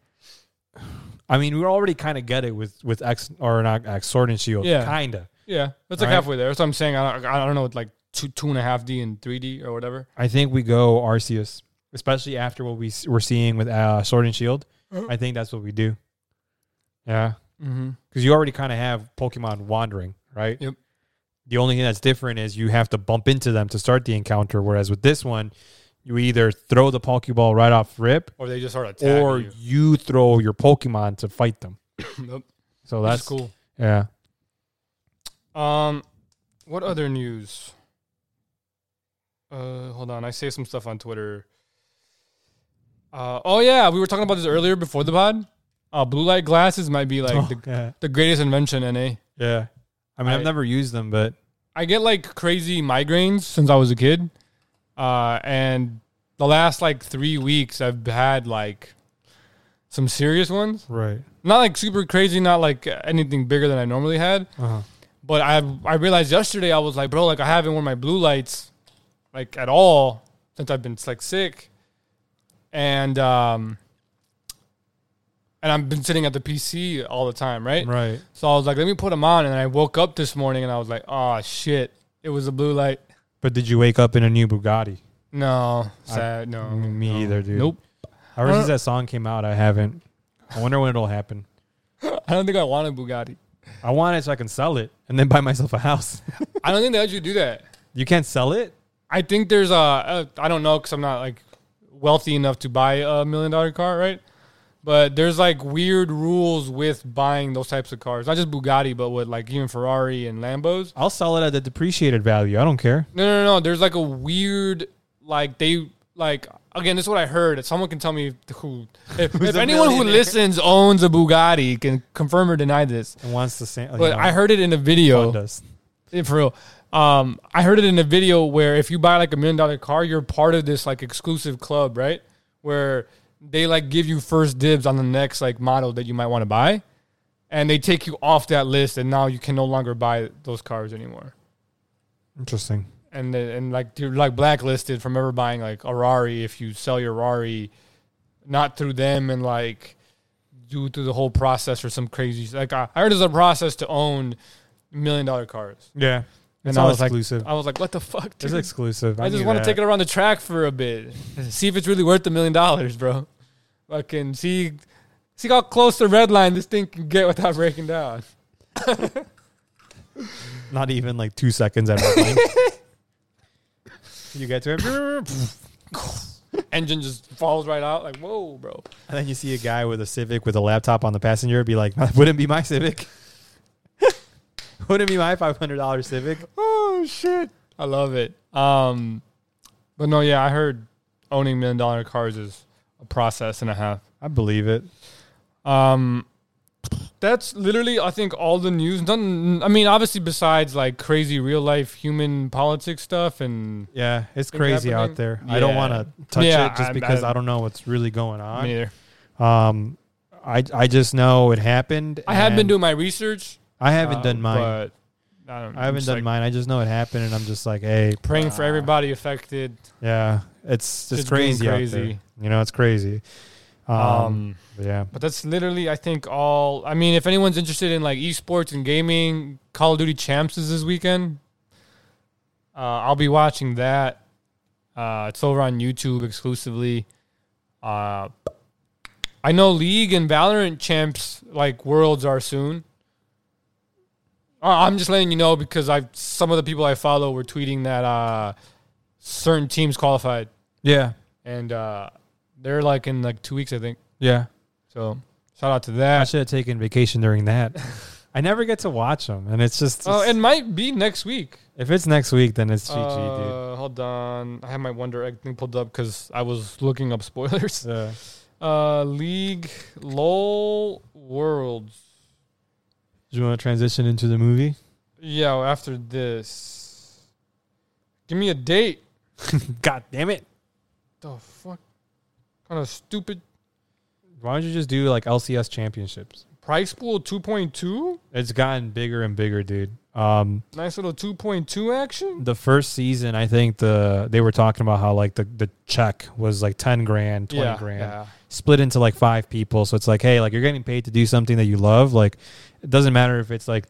Speaker 2: I mean, we already kind of get it with with X or not X Sword and Shield.
Speaker 1: Yeah.
Speaker 2: kinda.
Speaker 1: Yeah, that's like
Speaker 2: Right.
Speaker 1: halfway there. That's what I'm saying. I don't, I don't know, it's like two two and a half D and three D or whatever.
Speaker 2: I think we go Arceus, especially after what we s- we're seeing with uh, Sword and Shield.
Speaker 1: Uh-huh.
Speaker 2: I think that's what we do. Yeah,
Speaker 1: Mm-hmm.
Speaker 2: because you already kind of have Pokemon wandering, right?
Speaker 1: Yep.
Speaker 2: The only thing that's different is you have to bump into them to start the encounter. Whereas with this one, you either throw the Pokeball right off rip,
Speaker 1: Or they just start attacking
Speaker 2: or you.
Speaker 1: you.
Speaker 2: throw your Pokemon to fight them.
Speaker 1: Nope.
Speaker 2: So
Speaker 1: Which is
Speaker 2: that's cool. Yeah.
Speaker 1: cool. Um, what other news? Uh, hold on. I say some stuff on Twitter. Uh, oh yeah, we were talking about this earlier before the pod. Uh, blue light glasses might be like
Speaker 2: Oh,
Speaker 1: the,
Speaker 2: yeah.
Speaker 1: the greatest invention, na.
Speaker 2: yeah. I mean, I,
Speaker 1: I-
Speaker 2: have never used them, but
Speaker 1: I get like crazy migraines since I was a kid. Uh, and the last like three weeks, I've had like some serious ones.
Speaker 2: right.
Speaker 1: Not like super crazy, not like anything bigger than I normally had.
Speaker 2: Uh-huh.
Speaker 1: But I I realized yesterday I was like, bro, like I haven't worn my blue lights like at all since I've been like sick, and um, and I've been sitting at the PC all the time, right?
Speaker 2: Right.
Speaker 1: So I was like, let me put them on. And I woke up this morning and I was like, oh shit, it was a blue light.
Speaker 2: But did you wake up in a new Bugatti?
Speaker 1: No, sad. no,
Speaker 2: me
Speaker 1: no.
Speaker 2: either, dude.
Speaker 1: Nope.
Speaker 2: Ever
Speaker 1: Uh,
Speaker 2: since that song came out, I haven't. I wonder when it'll happen.
Speaker 1: I don't think I want a Bugatti.
Speaker 2: I want it so I can sell it and then buy myself a house.
Speaker 1: I don't think they let you do that.
Speaker 2: you can't sell it?
Speaker 1: I think there's a, a I don't know because I'm not like wealthy enough to buy a million dollar car, right? But there's like weird rules with buying those types of cars, not just Bugatti, but with like even Ferrari and Lambos.
Speaker 2: I'll sell it at the depreciated value. I don't care.
Speaker 1: No, no, no. There's like a weird, like they like again. This is what I heard. If someone can tell me who, if, if
Speaker 2: a
Speaker 1: anyone who
Speaker 2: millionaire?
Speaker 1: listens owns a Bugatti, can confirm or deny this.
Speaker 2: And wants the same.
Speaker 1: But I heard it in a video.
Speaker 2: does.
Speaker 1: Yeah, for real. Um, I heard it in a video where if you buy like a million dollar car, you're part of this like exclusive club, right? Where they like give you first dibs on the next like model that you might want to buy, and they take you off that list, and now you can no longer buy those cars anymore.
Speaker 2: Interesting.
Speaker 1: And then- and like you're like blacklisted from ever buying like a Rari if you sell your Rari, not through them and like do through the whole process or some crazy like I, I heard there's a process to own million dollar cars.
Speaker 2: Yeah.
Speaker 1: And
Speaker 2: It's
Speaker 1: I
Speaker 2: all
Speaker 1: was like-
Speaker 2: exclusive.
Speaker 1: I was like, what the fuck, dude?
Speaker 2: it's exclusive. "Oh, I,
Speaker 1: I just want to take it around the track for a bit, see if it's really worth the million dollars, bro. Fucking see, see how close the red line this thing can get without breaking down.
Speaker 2: Not even like two seconds at all. you get to it, and
Speaker 1: Engine just falls right out, like whoa, bro.
Speaker 2: then you see a guy with a Civic with a laptop on the passenger, be like, "Wouldn't be my Civic. Wouldn't be my five hundred dollars Civic."
Speaker 1: Oh shit, I love it. Um, but no, yeah, I heard owning million dollar cars is a process and a half.
Speaker 2: I believe it.
Speaker 1: Um, that's literally, I think, all the news. Nothing, I mean, obviously, besides like crazy real life human politics stuff, and
Speaker 2: Yeah, it's
Speaker 1: Things
Speaker 2: crazy
Speaker 1: happening?
Speaker 2: out there. I don't
Speaker 1: Yeah.
Speaker 2: want to touch
Speaker 1: Yeah,
Speaker 2: it just
Speaker 1: I'm-
Speaker 2: because I,
Speaker 1: I'm-
Speaker 2: don't know what's really going on.
Speaker 1: me neither.
Speaker 2: Um, I I just know it happened.
Speaker 1: I have been
Speaker 2: and
Speaker 1: doing my research.
Speaker 2: I haven't
Speaker 1: uh,
Speaker 2: done mine.
Speaker 1: But I, don't,
Speaker 2: I haven't done mine. I just know it happened, and I'm just like, hey,
Speaker 1: Praying for
Speaker 2: ah,
Speaker 1: everybody affected.
Speaker 2: Yeah, it's just
Speaker 1: It's getting
Speaker 2: crazy. Crazy.
Speaker 1: crazy.
Speaker 2: You know, it's crazy. Um,
Speaker 1: Um,
Speaker 2: but yeah,
Speaker 1: but that's literally, I think, all. I mean, if anyone's interested in like esports and gaming, Call of Duty Champs is this weekend. Uh, I'll be watching that. Uh, it's over on YouTube exclusively. Uh, I know League and Valorant Champs like worlds are soon. Uh, I'm just letting you know because I some of the people I follow were tweeting that uh, certain teams qualified.
Speaker 2: yeah,
Speaker 1: and uh, they're like in like two weeks, I think.
Speaker 2: yeah.
Speaker 1: So shout out to
Speaker 2: I
Speaker 1: that.
Speaker 2: should have taken vacation during that. I never get to watch them, and it's just,
Speaker 1: Oh, it might be next week.
Speaker 2: if it's next week, then it's GG,
Speaker 1: Uh, hold on, I have my Wonder Egg thing pulled up because I was looking up spoilers.
Speaker 2: dude. Uh,
Speaker 1: Uh, League LOL Worlds.
Speaker 2: do you want to transition into the movie?
Speaker 1: Yeah, well, after this, give me a date.
Speaker 2: God damn it!
Speaker 1: The fuck, kind of stupid
Speaker 2: Why don't you just do like LCS championships?
Speaker 1: price pool two point two.
Speaker 2: It's gotten bigger and bigger, dude. Um,
Speaker 1: Nice little 2.2 action.
Speaker 2: the first season, I think the they were talking about how like the the check was like ten grand, twenty
Speaker 1: yeah,
Speaker 2: grand,
Speaker 1: yeah.
Speaker 2: split into like five people. So it's like, hey, like you're getting paid to do something that you love. Like it doesn't matter if it's like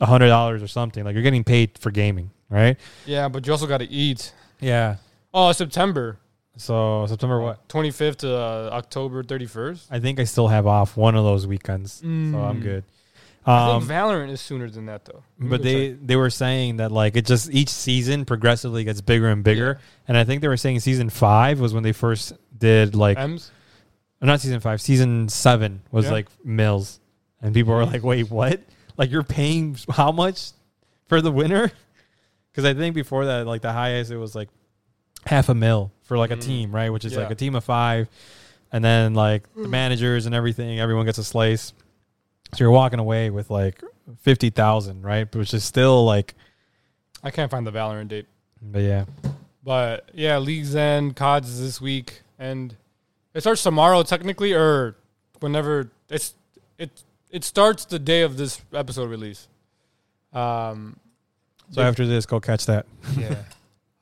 Speaker 2: a hundred dollars or something. Like you're getting paid for gaming, right?
Speaker 1: Yeah, but you also got to eat.
Speaker 2: Yeah.
Speaker 1: Oh, September
Speaker 2: So September what?
Speaker 1: 25th to uh, October 31st.
Speaker 2: I think I still have off one of those weekends, so Oh, I'm
Speaker 1: Mm.
Speaker 2: good.
Speaker 1: I
Speaker 2: Um,
Speaker 1: think Valorant is sooner than that though. Let me
Speaker 2: but
Speaker 1: go check.
Speaker 2: they they were saying that like it just each season progressively gets bigger and bigger, and I think they were saying season five was when they first did like
Speaker 1: M's.
Speaker 2: not season five, season seven was
Speaker 1: Yeah.
Speaker 2: like mills, and people were like, "Wait, what? Like you're paying how much for the winner?" Because I think before that, like the highest, it was like half a mil for like a
Speaker 1: Mm.
Speaker 2: team, right? Which is like
Speaker 1: Yeah.
Speaker 2: a team of five, and then like the managers and everything, everyone gets a slice. So you're walking away with like fifty thousand, right? Which is still like,
Speaker 1: I can't find the Valorant date.
Speaker 2: but yeah,
Speaker 1: But yeah, leagues end. CODs is this week, and it starts tomorrow technically, or whenever it's it it starts the day of this episode release. Um,
Speaker 2: so after this, go catch that.
Speaker 1: yeah.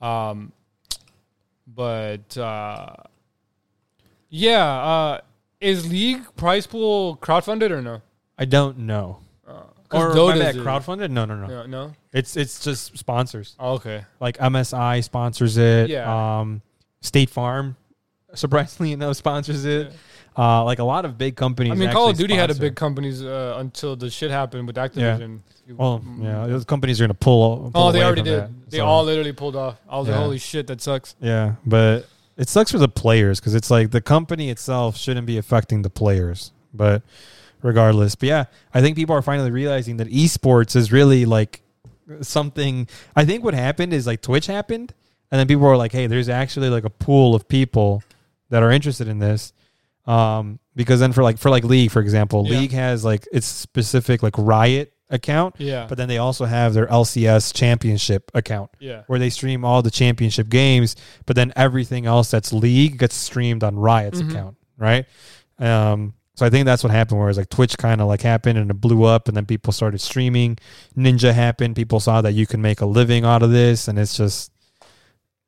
Speaker 1: Um, but uh, yeah, uh, is League prize pool crowdfunded or no?
Speaker 2: I don't know.
Speaker 1: Uh, 'cause
Speaker 2: Or
Speaker 1: Dota
Speaker 2: my bad,
Speaker 1: did it.
Speaker 2: crowdfunded? No, no, no.
Speaker 1: Yeah, no.
Speaker 2: It's it's just sponsors.
Speaker 1: Oh, okay.
Speaker 2: like MSI sponsors it.
Speaker 1: Yeah.
Speaker 2: Um, State Farm, surprisingly enough, sponsors it. Uh, like a lot of big companies.
Speaker 1: I mean, Call of
Speaker 2: actually
Speaker 1: Duty had a
Speaker 2: sponsor.
Speaker 1: big companies uh, until the shit happened with Activision.
Speaker 2: Well, yeah, those companies are gonna pull. pull
Speaker 1: Oh, they
Speaker 2: away
Speaker 1: already
Speaker 2: from
Speaker 1: did.
Speaker 2: that,
Speaker 1: they
Speaker 2: so-
Speaker 1: all literally pulled off. I was
Speaker 2: Yeah.
Speaker 1: like, holy shit, that sucks.
Speaker 2: Yeah, but it sucks for the players because it's like the company itself shouldn't be affecting the players, but regardless. But yeah, I think people are finally realizing that esports is really like something. I think what happened is like Twitch happened, and then people were like, "Hey, there's actually like a pool of people that are interested in this." Um, because then for like for like League, for example,
Speaker 1: Yeah.
Speaker 2: League has like its specific like Riot account,
Speaker 1: Yeah.
Speaker 2: but then they also have their LCS Championship account
Speaker 1: yeah.
Speaker 2: where they stream all the championship games, but then everything else that's league gets streamed on Riot's
Speaker 1: Mhm.
Speaker 2: account, right? Um, so I think that's what happened, where it's like Twitch kind of like happened and it blew up, and then people started streaming. Ninja happened, people saw that you can make a living out of this, and it's just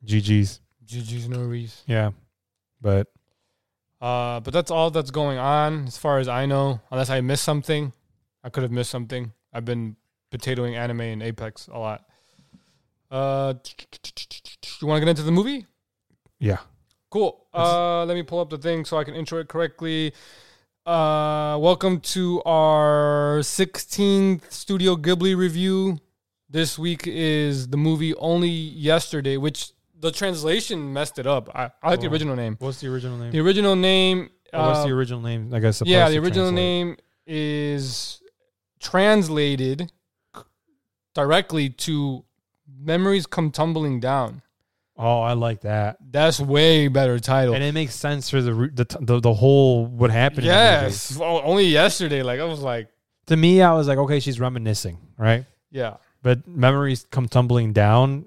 Speaker 2: GG's,
Speaker 1: GG's no reason.
Speaker 2: yeah. But
Speaker 1: Uh, but that's all that's going on as far as I know. Unless I missed something, I could have missed something. I've been potatoing anime and Apex a lot. Uh, you want to get into the movie?
Speaker 2: yeah,
Speaker 1: Cool.
Speaker 2: Let's-
Speaker 1: Uh, let me pull up the thing so I can intro it correctly. Uh, welcome to our 16th Studio Ghibli review. This week is the movie Only Yesterday, which the translation messed it up. I, I like the
Speaker 2: Oh.
Speaker 1: original name.
Speaker 2: what's the original name?
Speaker 1: The original name.
Speaker 2: what's
Speaker 1: uh,
Speaker 2: the original name? I guess
Speaker 1: yeah, the original name is translated c- directly to Memories Come Tumbling Down.
Speaker 2: Oh, I like that,
Speaker 1: That's way better title.
Speaker 2: and it makes sense for the root- the t- the, the whole what happened. in the movie.
Speaker 1: Yes, O- only yesterday. Like I was like,
Speaker 2: to me, I was like, okay, she's reminiscing, right?
Speaker 1: yeah,
Speaker 2: but memories come tumbling down.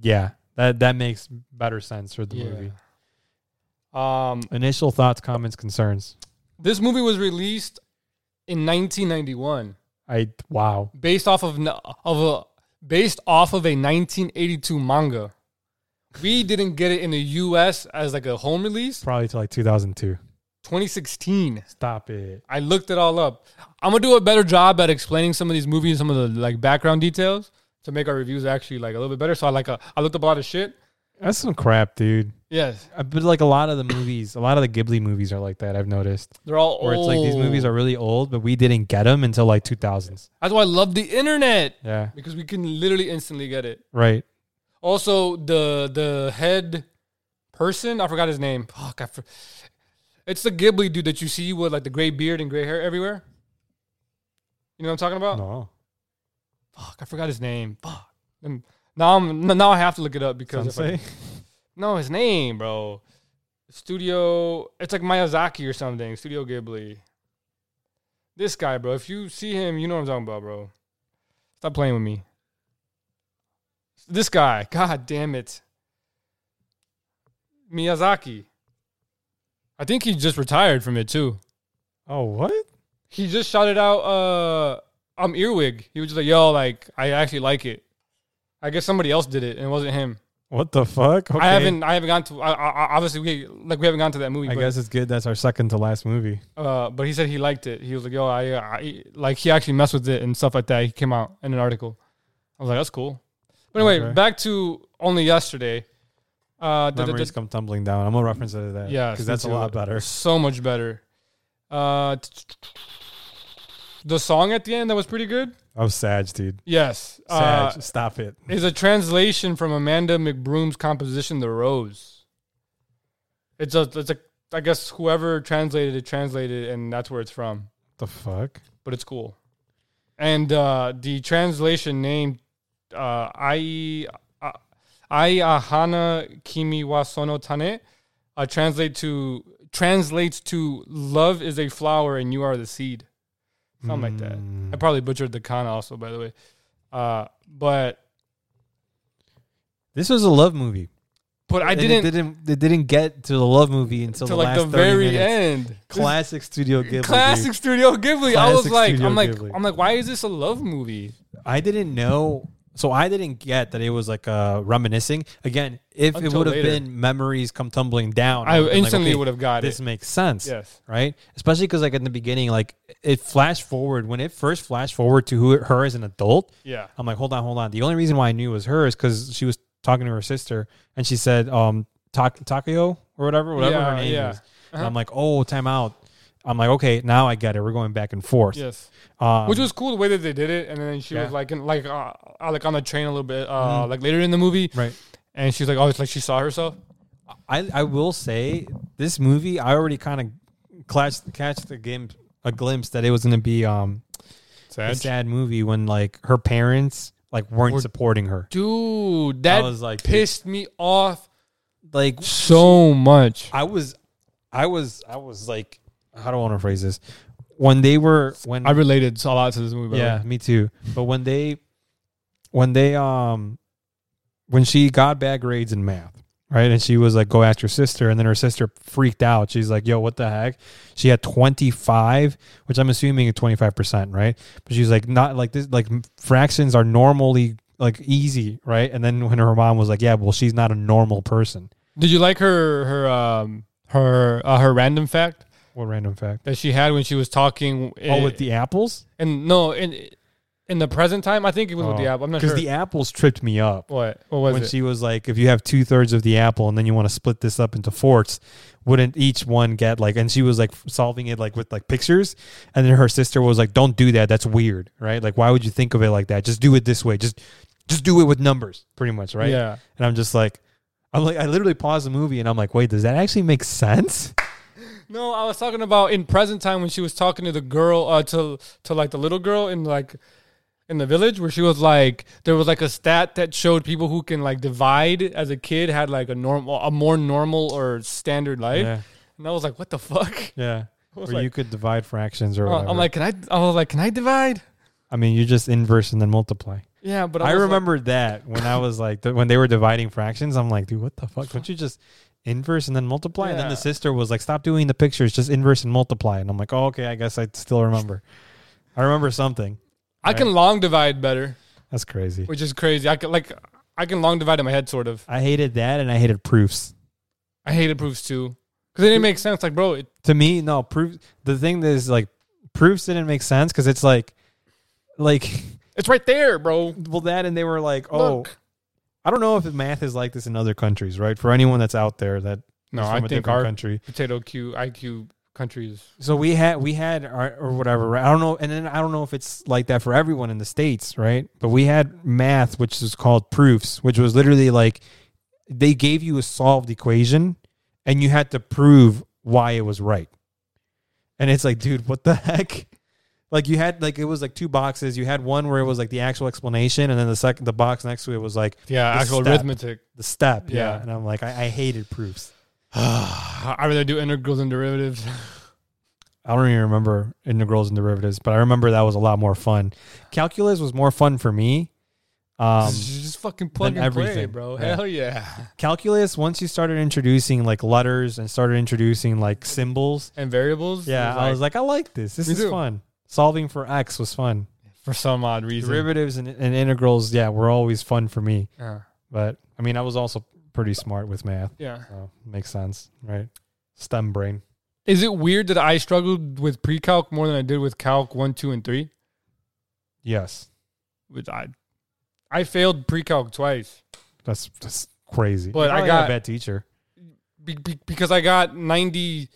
Speaker 2: Yeah, that that makes better sense for the
Speaker 1: Yeah.
Speaker 2: movie.
Speaker 1: Um,
Speaker 2: Initial thoughts, comments, concerns.
Speaker 1: this movie was released in 1991,
Speaker 2: I wow,
Speaker 1: based off of n- of a based off of a 1982 manga. We didn't get it in the U.S. as like a home release.
Speaker 2: probably to like 2002.
Speaker 1: 2016.
Speaker 2: Stop it.
Speaker 1: I looked it all up. I'm gonna do a better job at explaining some of these movies, some of the like background details to make our reviews actually like a little bit better. So I like uh, I looked up a lot of shit.
Speaker 2: That's some crap, dude.
Speaker 1: Yes,
Speaker 2: Uh, But like a lot of the movies, a lot of the Ghibli movies are like that. I've noticed,
Speaker 1: they're all
Speaker 2: or it's like these movies
Speaker 1: old.
Speaker 2: are really old, but we didn't get them until like 2000s.
Speaker 1: That's why I love the internet.
Speaker 2: Yeah,
Speaker 1: because we can literally instantly get it.
Speaker 2: right.
Speaker 1: Also, the the head person, I forgot his name. Fuck, I for- it's the Ghibli dude that you see with like the gray beard and gray hair everywhere. You know what I'm talking about?
Speaker 2: No,
Speaker 1: Fuck, I forgot his name. Fuck. And now I'm now I have to look it up because if I-
Speaker 2: Sensei.
Speaker 1: no, his name, bro. Studio, it's like Miyazaki or something. Studio Ghibli. This guy, bro. If you see him, you know what I'm talking about, bro. Stop playing with me. This guy, god damn it. Miyazaki. I think he just retired from it too.
Speaker 2: Oh what?
Speaker 1: He just shouted out uh um earwig. He was just like, "Yo, like I actually like it." I guess somebody else did it, and it wasn't him.
Speaker 2: What the fuck? Okay.
Speaker 1: I haven't. I haven't gone to. I, I, obviously, we like we haven't gone to that movie.
Speaker 2: I
Speaker 1: but,
Speaker 2: guess it's good. That's our second to last movie.
Speaker 1: Uh, but he said he liked it. He was like, "Yo, I, uh, I like." He actually messed with it and stuff like that. He came out in an article. I was like, "That's cool." But anyway,
Speaker 2: Okay.
Speaker 1: back to only yesterday. Uh, the- the-
Speaker 2: Memories come tumbling down. I'm gonna reference it to that.
Speaker 1: Yeah,
Speaker 2: because that's a
Speaker 1: me too.
Speaker 2: lot better.
Speaker 1: So much better. Uh, t- the song at the end that was pretty good.
Speaker 2: Oh, Sag, dude.
Speaker 1: Yes, uh,
Speaker 2: Sag, stop it.
Speaker 1: is a translation from Amanda McBroom's composition "The Rose." It's a, it's a, I guess whoever translated it translated, it, and that's where it's from.
Speaker 2: The fuck?
Speaker 1: But it's cool. And uh, the translation name, uh, Ai uh, Ai Ahana Kimi wa Sono Tane, uh, translate to translates to "Love is a flower and you are the seed," something like that.
Speaker 2: Hmm. Mm.
Speaker 1: I probably butchered the kana also, by the way. Uh, but
Speaker 2: This was a love movie.
Speaker 1: but I
Speaker 2: And
Speaker 1: didn't
Speaker 2: It didn't. It didn't get to the love movie until
Speaker 1: to
Speaker 2: the
Speaker 1: like
Speaker 2: last
Speaker 1: the very
Speaker 2: 30 minutes.
Speaker 1: end.
Speaker 2: Classic Studio Ghibli. dude.
Speaker 1: Classic Studio Ghibli. I was
Speaker 2: Classic
Speaker 1: like,
Speaker 2: Studio
Speaker 1: I'm like,
Speaker 2: Ghibli.
Speaker 1: I'm like, why is this a love movie?
Speaker 2: I didn't know. So I didn't get that it was like uh, reminiscing. Again, if it
Speaker 1: Until
Speaker 2: would have
Speaker 1: later.
Speaker 2: been memories come tumbling down,
Speaker 1: I
Speaker 2: would've been like,
Speaker 1: instantly
Speaker 2: okay,
Speaker 1: would have got
Speaker 2: This
Speaker 1: it.
Speaker 2: makes sense.
Speaker 1: Yes.
Speaker 2: right? Especially because like in the beginning, like it flashed forward when it first flashed forward to who, her as an adult.
Speaker 1: Yeah.
Speaker 2: I'm like, hold on, hold on. The only reason why I knew it was her is because she was talking to her sister and she said, um, Tak Takio or whatever, whatever her
Speaker 1: Yeah,
Speaker 2: name
Speaker 1: yeah. Uh-huh.
Speaker 2: is. And I'm like, oh, time out. I'm like, okay, now I get it. We're going back and forth.
Speaker 1: Yes.
Speaker 2: Um,
Speaker 1: Which was cool the way that they did it, and then she
Speaker 2: Yeah. Mm-hmm.
Speaker 1: was like, in, like, uh, uh, like on the train a little bit, uh, like later in the movie,
Speaker 2: right.
Speaker 1: and she's like, oh, it's like she saw herself.
Speaker 2: I, I will say this movie, I already kind of catched catched the game a glimpse that it was going to be um a
Speaker 1: Sad.
Speaker 2: sad movie when like her parents like weren't
Speaker 1: Were-
Speaker 2: supporting her.
Speaker 1: Dude, that
Speaker 2: was like, dude.
Speaker 1: pissed me off
Speaker 2: Like
Speaker 1: so much.
Speaker 2: I was, I was, I was like, how do I want to phrase this? When they were, when
Speaker 1: I related a lot to this movie. by the
Speaker 2: yeah,
Speaker 1: way.
Speaker 2: me too. But when they, when they, um, when she got bad grades in math, right, and she was like, go ask your sister, and then her sister freaked out. She's like, yo, what the heck? She had twenty five, which I'm assuming is twenty five percent, right? But she was like, not like this, like fractions are normally like easy, right? And then when her mom was like, yeah, well, she's not a normal person.
Speaker 1: Did you like her her um her uh, her random fact
Speaker 2: What random fact?
Speaker 1: that she had when she was talking?
Speaker 2: Oh, with the apples.
Speaker 1: And no, in in the present time, I think it was with the apple. I'm not
Speaker 2: Because
Speaker 1: sure.
Speaker 2: Oh. the apples tripped me up
Speaker 1: what what was
Speaker 2: when
Speaker 1: it?
Speaker 2: she was like, if you have two thirds of the apple and then you want to split this up into fourths, wouldn't each one get like? And she was like solving it like with like pictures, and then her sister was like, don't do that. That's weird, right? Like, why would you think of it like that? Just do it this way. Just just do it with numbers, pretty much, right?
Speaker 1: Yeah.
Speaker 2: And I'm just like. I'm like, I literally paused the movie and I'm like, wait, does that actually make sense?
Speaker 1: No, I was talking about in present time when she was talking to the girl, uh, to to like the little girl in like in the village where she was like there was like a stat that showed people who can like divide as a kid had like a normal a more normal or standard life.
Speaker 2: Yeah.
Speaker 1: And I was like, what the fuck?
Speaker 2: Yeah. Or
Speaker 1: was
Speaker 2: you
Speaker 1: like- uh,
Speaker 2: could divide fractions or whatever.
Speaker 1: I'm like, can I? I was like, can I divide?
Speaker 2: I mean, you just inverse and then multiply.
Speaker 1: Yeah, but
Speaker 2: I,
Speaker 1: was like-
Speaker 2: remembered that when I was like, th- when they were dividing fractions, I'm like, dude, what the fuck? Don't you just inverse and then multiply? And then
Speaker 1: Yeah.
Speaker 2: the sister was like, stop doing the pictures, just inverse and multiply. And I'm like, oh, okay, I guess I still remember. I remember something.
Speaker 1: I can long divide better,
Speaker 2: That's crazy.
Speaker 1: which is crazy. I can like I can long divide in my head, sort of.
Speaker 2: I hated that and I hated proofs.
Speaker 1: I hated proofs too because it didn't make sense. Like, bro, it,
Speaker 2: To me, no, proof. The thing that is like, proofs didn't make sense because it's like, like,
Speaker 1: it's right there, bro.
Speaker 2: well, that and they were like, oh,
Speaker 1: Look.
Speaker 2: I don't know if math is like this in other countries, right? For anyone that's out there that
Speaker 1: No,
Speaker 2: is from
Speaker 1: I
Speaker 2: a
Speaker 1: think
Speaker 2: different
Speaker 1: our
Speaker 2: country.
Speaker 1: potato Q IQ countries.
Speaker 2: So we had we had our, or whatever. Right? I don't know, and then I don't know if it's like that for everyone in the states, right? But we had math, which is called proofs, which was literally like they gave you a solved equation, and you had to prove why it was right. And it's like, dude, what the heck? Like you had like it was like two boxes. You had one where it was like the actual explanation, and then the second the box next to it was like
Speaker 1: Yeah,
Speaker 2: the
Speaker 1: actual
Speaker 2: step.
Speaker 1: arithmetic.
Speaker 2: the step. Yeah,
Speaker 1: Yeah.
Speaker 2: and I'm like, I, I hated proofs.
Speaker 1: I rather do integrals and derivatives.
Speaker 2: I don't even remember integrals and derivatives, but I remember that was a lot more fun. Calculus was more fun for me. Um,
Speaker 1: just fucking plug
Speaker 2: then
Speaker 1: and play,
Speaker 2: everything.
Speaker 1: bro.
Speaker 2: Yeah.
Speaker 1: Hell yeah.
Speaker 2: calculus, once you started introducing like letters and started introducing like symbols,
Speaker 1: And variables.
Speaker 2: yeah, I was like, I like this. This
Speaker 1: Me
Speaker 2: is
Speaker 1: too.
Speaker 2: fun. Solving for X was fun.
Speaker 1: for some odd reason.
Speaker 2: Derivatives and, and integrals, yeah, were always fun for me.
Speaker 1: Yeah.
Speaker 2: But I mean, I was also pretty smart with math,
Speaker 1: yeah.
Speaker 2: so makes sense, right? STEM brain.
Speaker 1: Is it weird that I struggled with pre-calc more than I did with calc one, two, and three?
Speaker 2: Yes,
Speaker 1: With I, I failed pre-calc twice
Speaker 2: that's that's crazy.
Speaker 1: But
Speaker 2: You
Speaker 1: I
Speaker 2: probably had
Speaker 1: got-
Speaker 2: a bad teacher.
Speaker 1: be, be, because I got 90,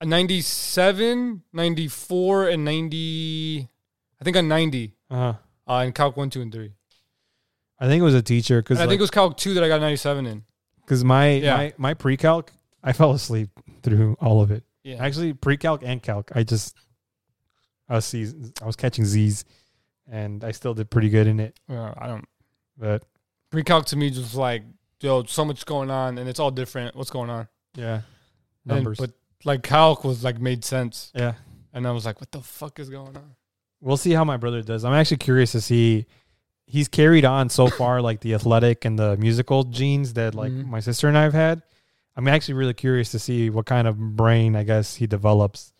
Speaker 1: a 97, 94, and 90. I think a 90
Speaker 2: Uh,
Speaker 1: uh, in calc one, two, and three.
Speaker 2: I think it was a teacher because
Speaker 1: And I think it was calc two that I got 97 in.
Speaker 2: Because my,
Speaker 1: Yeah.
Speaker 2: my my pre-calc, I fell asleep through all of it.
Speaker 1: Yeah.
Speaker 2: Actually, pre-calc and calc, I just I was C's, I was catching Z's, and I still did pretty good in it.
Speaker 1: Yeah, I don't.
Speaker 2: But
Speaker 1: Pre-calc to me just like, yo, so much going on and it's all different. What's going on?
Speaker 2: yeah,
Speaker 1: And-
Speaker 2: numbers.
Speaker 1: but like calc was like made sense.
Speaker 2: yeah,
Speaker 1: And I was like, what the fuck is going on?
Speaker 2: we'll see how my brother does. I'm actually curious to see. He's carried on so far, like the athletic and the musical genes that like
Speaker 1: Mhm.
Speaker 2: my sister and I have had. I'm actually really curious to see what kind of brain I guess he develops.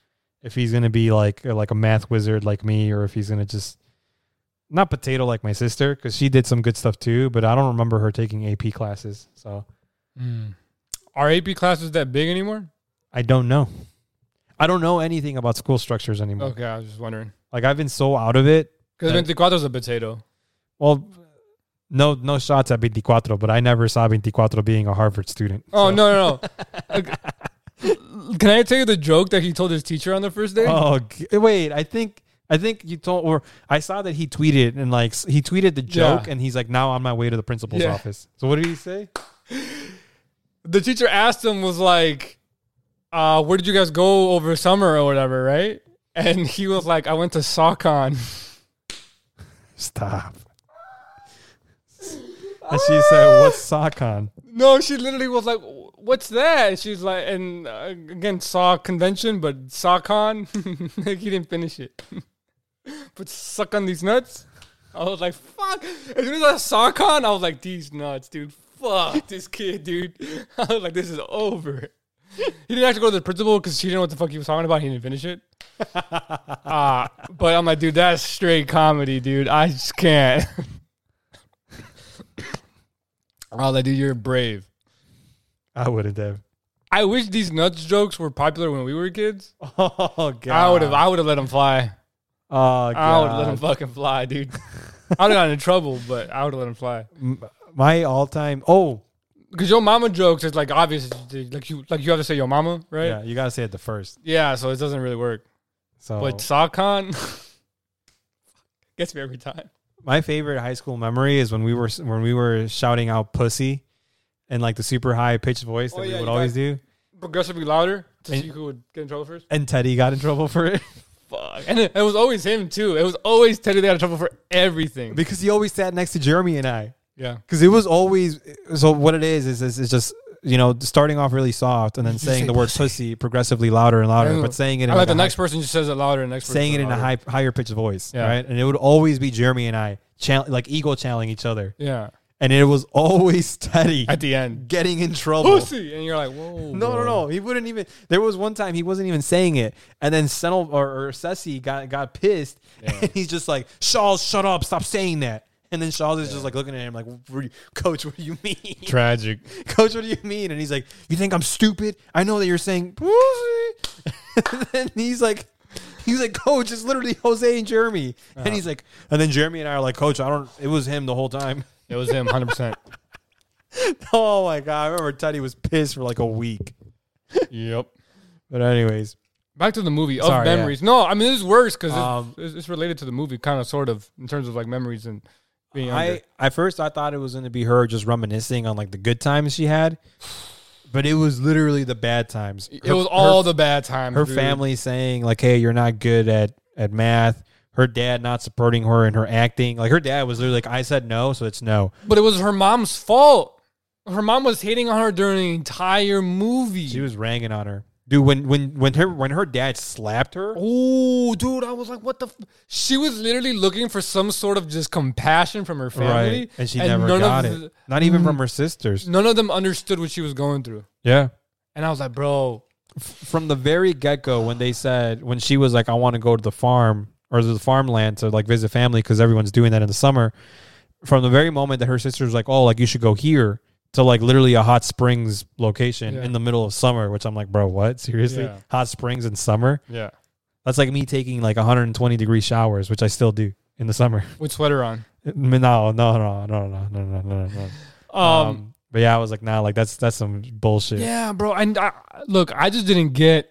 Speaker 2: If he's gonna be like like a math wizard like me, or if he's gonna just not potato like my sister because she did some good stuff too, but I don't remember her taking AP classes, so
Speaker 1: Mm. Are AP classes that big anymore?
Speaker 2: I don't know. I don't know anything about school structures anymore.
Speaker 1: Okay, I was just wondering.
Speaker 2: Like I've been so out of it
Speaker 1: Because
Speaker 2: Yeah.
Speaker 1: 24 is a potato.
Speaker 2: Well, no, no shots at 24, but I never saw 24 being a Harvard student.
Speaker 1: Oh,
Speaker 2: so-
Speaker 1: no, no, no. Like, Can I tell you the joke that he told his teacher on the first day?
Speaker 2: Oh, g- wait. I think I think you told, or I saw that he tweeted and like s- he tweeted the
Speaker 1: Yeah.
Speaker 2: joke, and he's like, now on my way to the principal's
Speaker 1: Yeah.
Speaker 2: office. So what did he say?
Speaker 1: The teacher asked him, was like, uh, where did you guys go over summer or whatever, right? And he was like, I went to SOCON.
Speaker 2: Stop. and she said, "What's sock on?"
Speaker 1: No, she literally was like, "What's that?" And she's like, and uh, again, saw convention, but saw con. like he didn't finish it. but suck on these nuts. I was like, "Fuck!" As soon as I saw con, I was like, "These nuts, dude. Fuck this kid, dude." I was like, "This is over." He didn't actually go to the principal because she didn't know what the fuck he was talking about. He didn't finish it. Uh, but I'm like, dude, that's straight comedy, dude. I just can't. I was like, dude, you're brave.
Speaker 2: I wouldn't have.
Speaker 1: I wish these nuts jokes were popular when we were kids.
Speaker 2: Oh god.
Speaker 1: I would have. I would have let them fly.
Speaker 2: Oh god.
Speaker 1: I would have let them fucking fly, dude. I would have gotten in trouble, but I would have let them fly.
Speaker 2: M- my all-time. Oh,
Speaker 1: Because your mama jokes is like obvious. Like you, like you have to say your mama, right?
Speaker 2: yeah.
Speaker 1: Yeah.
Speaker 2: You gotta say it the first.
Speaker 1: so it doesn't really work.
Speaker 2: So
Speaker 1: But Sakon gets me every time.
Speaker 2: my favorite high school memory is when we were when we were shouting out "pussy" in like the super high pitched voice that
Speaker 1: Oh,
Speaker 2: we
Speaker 1: yeah,
Speaker 2: would
Speaker 1: you
Speaker 2: always
Speaker 1: guys-
Speaker 2: do,
Speaker 1: Progressively louder to
Speaker 2: And-
Speaker 1: see who would get in trouble first.
Speaker 2: and Teddy got in trouble for it
Speaker 1: Fuck. And it, it was always him too. It was always Teddy that got in trouble for everything.
Speaker 2: because he always sat next to Jeremy and I.
Speaker 1: Yeah.
Speaker 2: Because it was always so. What it is is is, is just you know starting off really soft and then
Speaker 1: You
Speaker 2: saying
Speaker 1: say
Speaker 2: the word
Speaker 1: pussy.
Speaker 2: pussy. progressively louder and louder,
Speaker 1: Yeah.
Speaker 2: but saying it in
Speaker 1: I
Speaker 2: like
Speaker 1: like the
Speaker 2: a
Speaker 1: next person just says it louder. and The next
Speaker 2: high,
Speaker 1: person
Speaker 2: saying it in a
Speaker 1: louder.
Speaker 2: high, higher pitched voice,
Speaker 1: Yeah.
Speaker 2: right? And it would always be Jeremy and I, chal- like ego channeling each other,
Speaker 1: Yeah.
Speaker 2: and it was always Teddy
Speaker 1: At the end.
Speaker 2: getting in trouble.
Speaker 1: pussy, and you're like, whoa.
Speaker 2: No, no, no. He wouldn't even. There was one time he wasn't even saying it, and then Senel or, or Sessi got got pissed, and he's just like, "Shawls, shut up! Stop saying that!" And then Shawls is just like looking at him like, "What do you- "Coach, what do you mean?
Speaker 1: Tragic.
Speaker 2: Coach, what do you mean?" And he's like, "You think I'm stupid? I know that you're saying pussy." and then he's like. He's like, Coach, it's literally Jose and Jeremy. And he's like, and then Jeremy and I are like, Coach, I don't, it was him the whole time.
Speaker 1: It was him, hundred percent.
Speaker 2: oh my God. I remember Teddy was pissed for like a week.
Speaker 1: Yep.
Speaker 2: But, anyways,
Speaker 1: Back to the movie of
Speaker 2: Sorry, yeah.
Speaker 1: memories. No, I mean this is worse because
Speaker 2: Um,
Speaker 1: it's, it's related to the movie, kind of, sort of, in terms of like memories and being younger.
Speaker 2: I at first I thought it was going to be her just reminiscing on like the good times she had, but it was literally the bad times.
Speaker 1: it was all the bad times.
Speaker 2: her
Speaker 1: dude.
Speaker 2: family saying like, "Hey, you're not good at at math." Her dad not supporting her in her acting. Like her dad was literally like, "I said no, so it's no."
Speaker 1: but it was her mom's fault. Her mom was hating on her during the entire movie.
Speaker 2: She was ranging on her, dude. When when when her when her dad slapped her,
Speaker 1: Oh, dude, I was like, what the? F-? She was literally looking for some sort of just compassion from her family,
Speaker 2: and she never got
Speaker 1: of Mm.
Speaker 2: it. Not even from her sisters.
Speaker 1: None of them understood what she was going through,
Speaker 2: Yeah.
Speaker 1: and I was like, bro,
Speaker 2: from the very get go when they said when she was like, I want to go to the farm or the farmland to like visit family because everyone's doing that in the summer. From the very moment that her sister was like, "Oh, like you should go here," to like literally a hot springs location
Speaker 1: Yeah.
Speaker 2: in the middle of summer, which I'm like, "Bro, what? Seriously?
Speaker 1: Yeah.
Speaker 2: Hot springs in summer?
Speaker 1: Yeah.
Speaker 2: That's like me taking like 120 degree showers, which I still do in the summer."
Speaker 1: With sweater on.
Speaker 2: No, no, no, no, no, no, no, no, no.
Speaker 1: Um,
Speaker 2: Um, but yeah, I was like, nah, like that's that's some bullshit.
Speaker 1: Yeah, bro. And I, look, I just didn't get.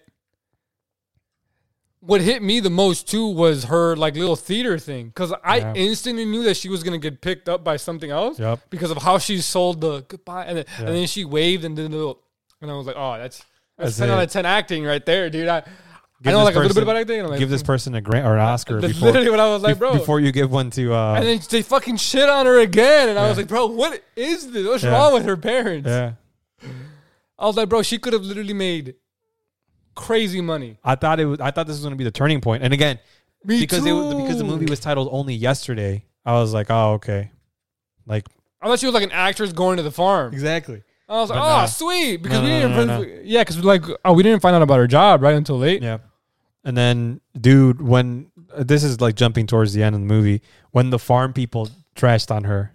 Speaker 1: What hit me the most too was her like little theater thing because I
Speaker 2: Yeah.
Speaker 1: instantly knew that she was gonna get picked up by something else
Speaker 2: Yep.
Speaker 1: because of how she sold the goodbye and then,
Speaker 2: Yeah.
Speaker 1: and then she waved and did a little and I was like, oh, that's that's,
Speaker 2: That's
Speaker 1: ten out
Speaker 2: it.
Speaker 1: of ten acting right there, dude. I, I
Speaker 2: Give
Speaker 1: know
Speaker 2: this
Speaker 1: like a little bit
Speaker 2: person-
Speaker 1: about acting. and I'm like,
Speaker 2: Give this person a grant or an Oscar
Speaker 1: that's
Speaker 2: before
Speaker 1: literally what I was like,
Speaker 2: bef-
Speaker 1: bro.
Speaker 2: before you give one to uh
Speaker 1: and then they fucking shit on her again, and I was
Speaker 2: Yeah.
Speaker 1: like, bro, what is this? What's
Speaker 2: Yeah.
Speaker 1: wrong with her parents?
Speaker 2: yeah.
Speaker 1: I was like, bro, she could have literally made crazy money.
Speaker 2: I thought it was I thought this was going to be the turning point. And again,
Speaker 1: Me
Speaker 2: because it was
Speaker 1: too.
Speaker 2: because the movie was titled only yesterday, I was like, "Oh, okay." Like
Speaker 1: I thought she was like an actress going to the farm.
Speaker 2: Exactly.
Speaker 1: I was like,
Speaker 2: But
Speaker 1: oh,
Speaker 2: nah.
Speaker 1: sweet, because
Speaker 2: No,
Speaker 1: we
Speaker 2: no,
Speaker 1: didn't.
Speaker 2: no, no,
Speaker 1: find- Yeah, because like, oh, we didn't find out about her job right until late.
Speaker 2: Yeah. And then dude, when uh, this is like jumping towards the end of the movie, when the farm people trashed on her.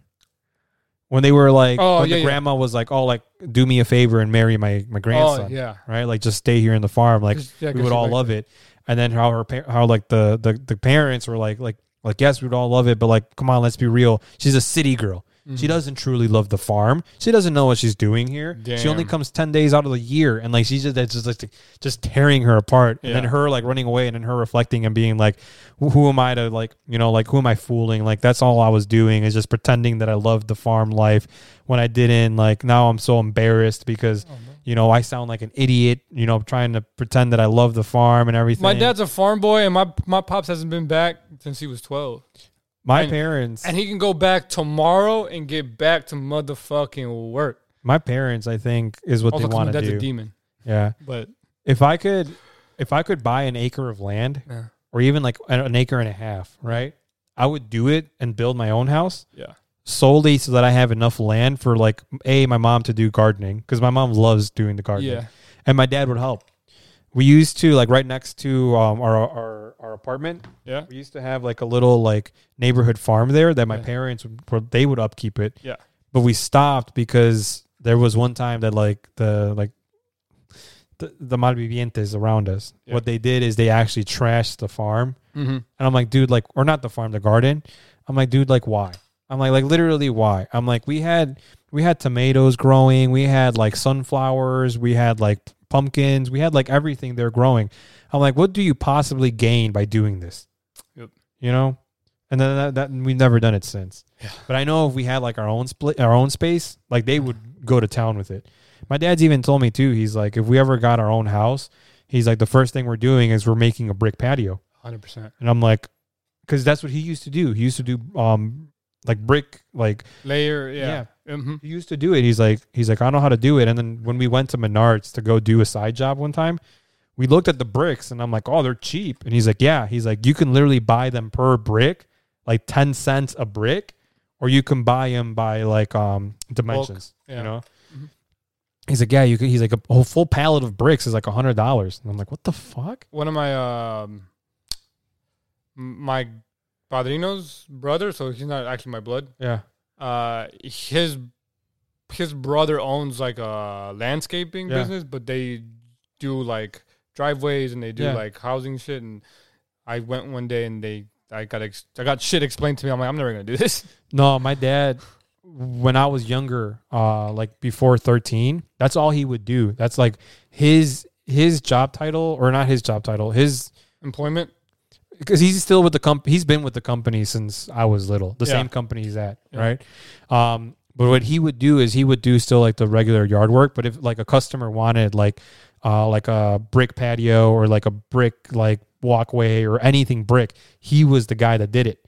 Speaker 2: When they were like
Speaker 1: Oh,
Speaker 2: when
Speaker 1: yeah,
Speaker 2: the
Speaker 1: yeah.
Speaker 2: grandma was like, "Oh, like do me a favor and marry my my grandson."
Speaker 1: oh, yeah.
Speaker 2: right? Like just stay here in the farm. Like
Speaker 1: 'Cause- yeah, 'cause
Speaker 2: we would
Speaker 1: she
Speaker 2: all
Speaker 1: liked
Speaker 2: love it. And then how her par- how like the, the the parents were like like like yes, we would all love it, but like come on, let's be real. She's a city girl.
Speaker 1: Mm-hmm.
Speaker 2: She doesn't truly love the farm. She doesn't know what she's doing here. She only
Speaker 1: Damn.
Speaker 2: comes ten days out of the year, and like she's just that's just like just tearing her apart. And
Speaker 1: Yeah.
Speaker 2: then her like running away, and then her reflecting and being like, "Who- "Who am I to like you know like who am I fooling? Like that's all I was doing is just pretending that I loved the farm life when I didn't. Like now I'm so embarrassed because
Speaker 1: Oh,
Speaker 2: you know, I sound like an idiot, you know, trying to pretend that I love the farm and everything.
Speaker 1: My dad's a farm boy, and my my pops hasn't been back since he was twelve,
Speaker 2: my
Speaker 1: and-
Speaker 2: parents,
Speaker 1: and he can go back tomorrow and get back to motherfucking work.
Speaker 2: my parents, I think is what
Speaker 1: Also,
Speaker 2: they
Speaker 1: 'cause my
Speaker 2: want to
Speaker 1: dad's a
Speaker 2: do.
Speaker 1: demon,
Speaker 2: yeah.
Speaker 1: but
Speaker 2: If I could, if I could buy an acre of land
Speaker 1: yeah,
Speaker 2: or even like an- an acre and a half, right? I would do it and build my own house
Speaker 1: yeah.
Speaker 2: solely so that I have enough land for like a my mom to do gardening because my mom loves doing the gardening.
Speaker 1: Yeah.
Speaker 2: and my dad would help. We used to like right next to um, our, our our apartment.
Speaker 1: Yeah.
Speaker 2: we used to have like a little like neighborhood farm there that my
Speaker 1: Yeah.
Speaker 2: parents would were- they would upkeep it.
Speaker 1: Yeah.
Speaker 2: but we stopped because there was one time that like the like the, the malvivientes around us.
Speaker 1: Yeah.
Speaker 2: What they did is they actually trashed the farm,
Speaker 1: Mm-hmm.
Speaker 2: and I'm like, dude, like or not the farm, the garden. I'm like, dude, like why? I'm like, like literally why? I'm like, we had we had tomatoes growing, we had like sunflowers, we had like pumpkins, we had like everything they're growing. I'm like, what do you possibly gain by doing this?
Speaker 1: Yep.
Speaker 2: You know, and then that, that we've never done it since. But I know if we had like our own split, our own space, like they would go to town with it. My dad's even told me too. He's like, if we ever got our own house, he's like, the first thing we're doing is we're making a brick patio.
Speaker 1: Hundred percent.
Speaker 2: And I'm like, because that's what he used to do. He used to do um like brick like
Speaker 1: Layer. Yeah. Mm-hmm.
Speaker 2: he used to do it. He's like he's like I don't know how to do it. And then when we went to Menards to go do a side job one time, we looked at the bricks and I'm like, oh, they're cheap. And he's like, yeah. He's like, you can literally buy them per brick, like ten cents a brick, or you can buy them by like um dimensions.
Speaker 1: yeah.
Speaker 2: You know. He's like, yeah, you can. He's like, a whole full pallet of bricks is like a hundred dollars, and I'm like, what the fuck?
Speaker 1: one of my um m- my padrino's brother, so he's not actually my blood.
Speaker 2: Yeah,
Speaker 1: Uh his his brother owns like a landscaping
Speaker 2: Yeah.
Speaker 1: business, but they do like driveways and they do
Speaker 2: Yeah.
Speaker 1: like housing shit and I went one day and they I got ex- I got shit explained to me. I'm like I'm never going to do this.
Speaker 2: No, my dad, when I was younger, uh, like before thirteen, that's all he would do. That's like his his job title, or not his job title, his
Speaker 1: Employment?
Speaker 2: because he's still with the company. He's been with the company since I was little. The
Speaker 1: Yeah.
Speaker 2: same company he's at,
Speaker 1: Yeah.
Speaker 2: right? Um, but what he would do is he would do still like the regular yard work. But if like a customer wanted like uh, like a brick patio or like a brick like walkway or anything brick, he was the guy that did it.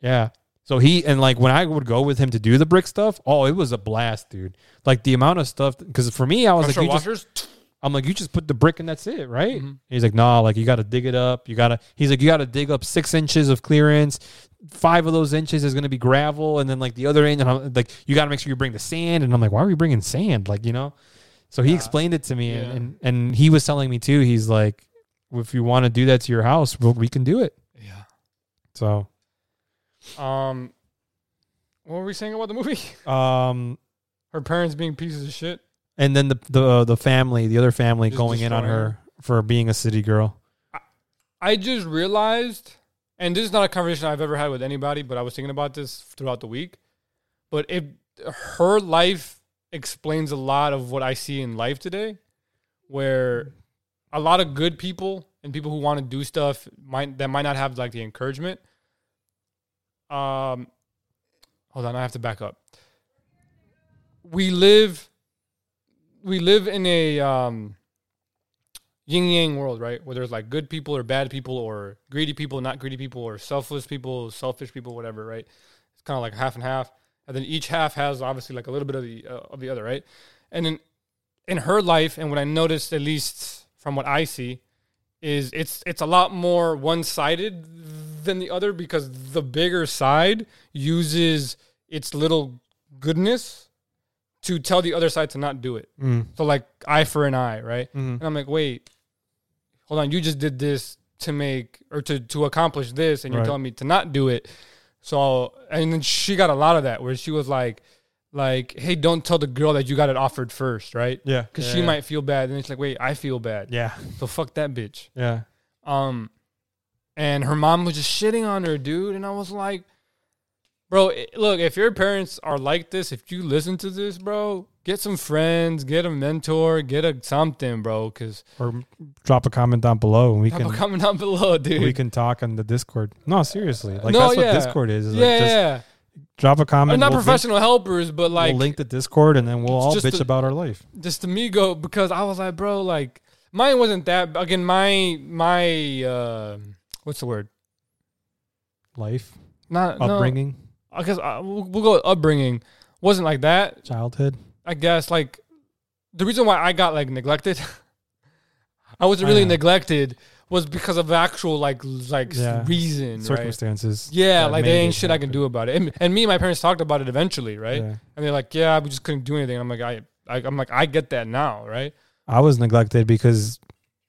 Speaker 2: Yeah. So he and like when I would go with him to do the brick stuff, oh, it was a blast, dude. Like the amount of stuff because for me, I was
Speaker 1: Pressure
Speaker 2: like, you just,
Speaker 1: washers?
Speaker 2: I'm like, you just put the brick and that's it, right?
Speaker 1: Mm-hmm.
Speaker 2: He's like, nah, like you gotta dig it up. You gotta he's like, you gotta dig up six inches of clearance. Five of those inches is gonna be gravel, and then like the other end, and I'm like, you gotta make sure you bring the sand. And I'm like, why are we bringing sand? Like, you know? So he explained it to me
Speaker 1: yeah.
Speaker 2: and, and and he was telling me too, he's like, if you wanna do that to your house, well, we can do it.
Speaker 1: Yeah.
Speaker 2: So,
Speaker 1: Um, what were we saying about the movie?
Speaker 2: um,
Speaker 1: Her parents being pieces of shit.
Speaker 2: and then the uh, the the family, the other family,
Speaker 1: Just
Speaker 2: going in on
Speaker 1: destroying
Speaker 2: her for being a city girl.
Speaker 1: I just realized, and this is not a conversation I've ever had with anybody, but I was thinking about this throughout the week. But if her life explains a lot of what I see in life today, where a lot of good people and people who want to do stuff might that might not have like the encouragement. Um, hold on, I have to back up. We live, we live in a um, yin yang world, right? Where there's like good people or bad people or greedy people, not greedy people, or selfless people, selfish people, whatever, right? It's kind of like half and half, and then each half has obviously like a little bit of the uh, of the other, right? And in in her life, and what I noticed, at least from what I see, is it's it's a lot more one sided than the other because the bigger side uses its little goodness to tell the other side to not do it.
Speaker 2: Mm.
Speaker 1: So like eye for an eye, right? And I'm like, wait, hold on, you just did this to make or to to accomplish this, and you're
Speaker 2: Right.
Speaker 1: telling me to not do it. So and then she got a lot of that where she was like, like, hey, don't tell the girl that you got it offered first, right?
Speaker 2: Yeah,
Speaker 1: Because
Speaker 2: yeah,
Speaker 1: she
Speaker 2: yeah.
Speaker 1: might feel bad, and it's like, wait, I feel bad.
Speaker 2: Yeah,
Speaker 1: So fuck that bitch.
Speaker 2: yeah.
Speaker 1: Um, and her mom was just shitting on her, dude. And I was like, bro, i- look, if your parents are like this, if you listen to this, bro, get some friends, get a mentor, get a something, bro. Cause
Speaker 2: Or drop a comment down below, and we
Speaker 1: people
Speaker 2: can
Speaker 1: coming down below, dude.
Speaker 2: we can talk on the Discord. No, seriously, like
Speaker 1: No,
Speaker 2: that's what
Speaker 1: yeah.
Speaker 2: Discord is. is
Speaker 1: yeah,
Speaker 2: like just
Speaker 1: yeah.
Speaker 2: drop a
Speaker 1: They're
Speaker 2: comment.
Speaker 1: not
Speaker 2: we'll link-
Speaker 1: professional helpers, but like
Speaker 2: we'll link the Discord, and then we'll all
Speaker 1: just
Speaker 2: bitch
Speaker 1: a-
Speaker 2: about our life.
Speaker 1: just to me go because I was like, bro, like mine wasn't that. Again, my my uh, what's the word?
Speaker 2: Life,
Speaker 1: Not upbringing.
Speaker 2: upbringing,
Speaker 1: No, I guess uh, we'll, we'll go with upbringing. Wasn't like that.
Speaker 2: childhood.
Speaker 1: I guess like the reason why I got like neglected, I wasn't really
Speaker 2: Oh, Yeah.
Speaker 1: neglected, was because of actual like l- like s-
Speaker 2: Yeah.
Speaker 1: reason, right?
Speaker 2: circumstances.
Speaker 1: Yeah,
Speaker 2: that
Speaker 1: like
Speaker 2: made
Speaker 1: there ain't
Speaker 2: it
Speaker 1: shit I can
Speaker 2: happen.
Speaker 1: do about it. And, and me and my parents talked about it eventually, right?
Speaker 2: Yeah.
Speaker 1: And they're like, "Yeah, we just couldn't do anything." I'm like, I, I, I'm like, I get that now, right?
Speaker 2: I was neglected because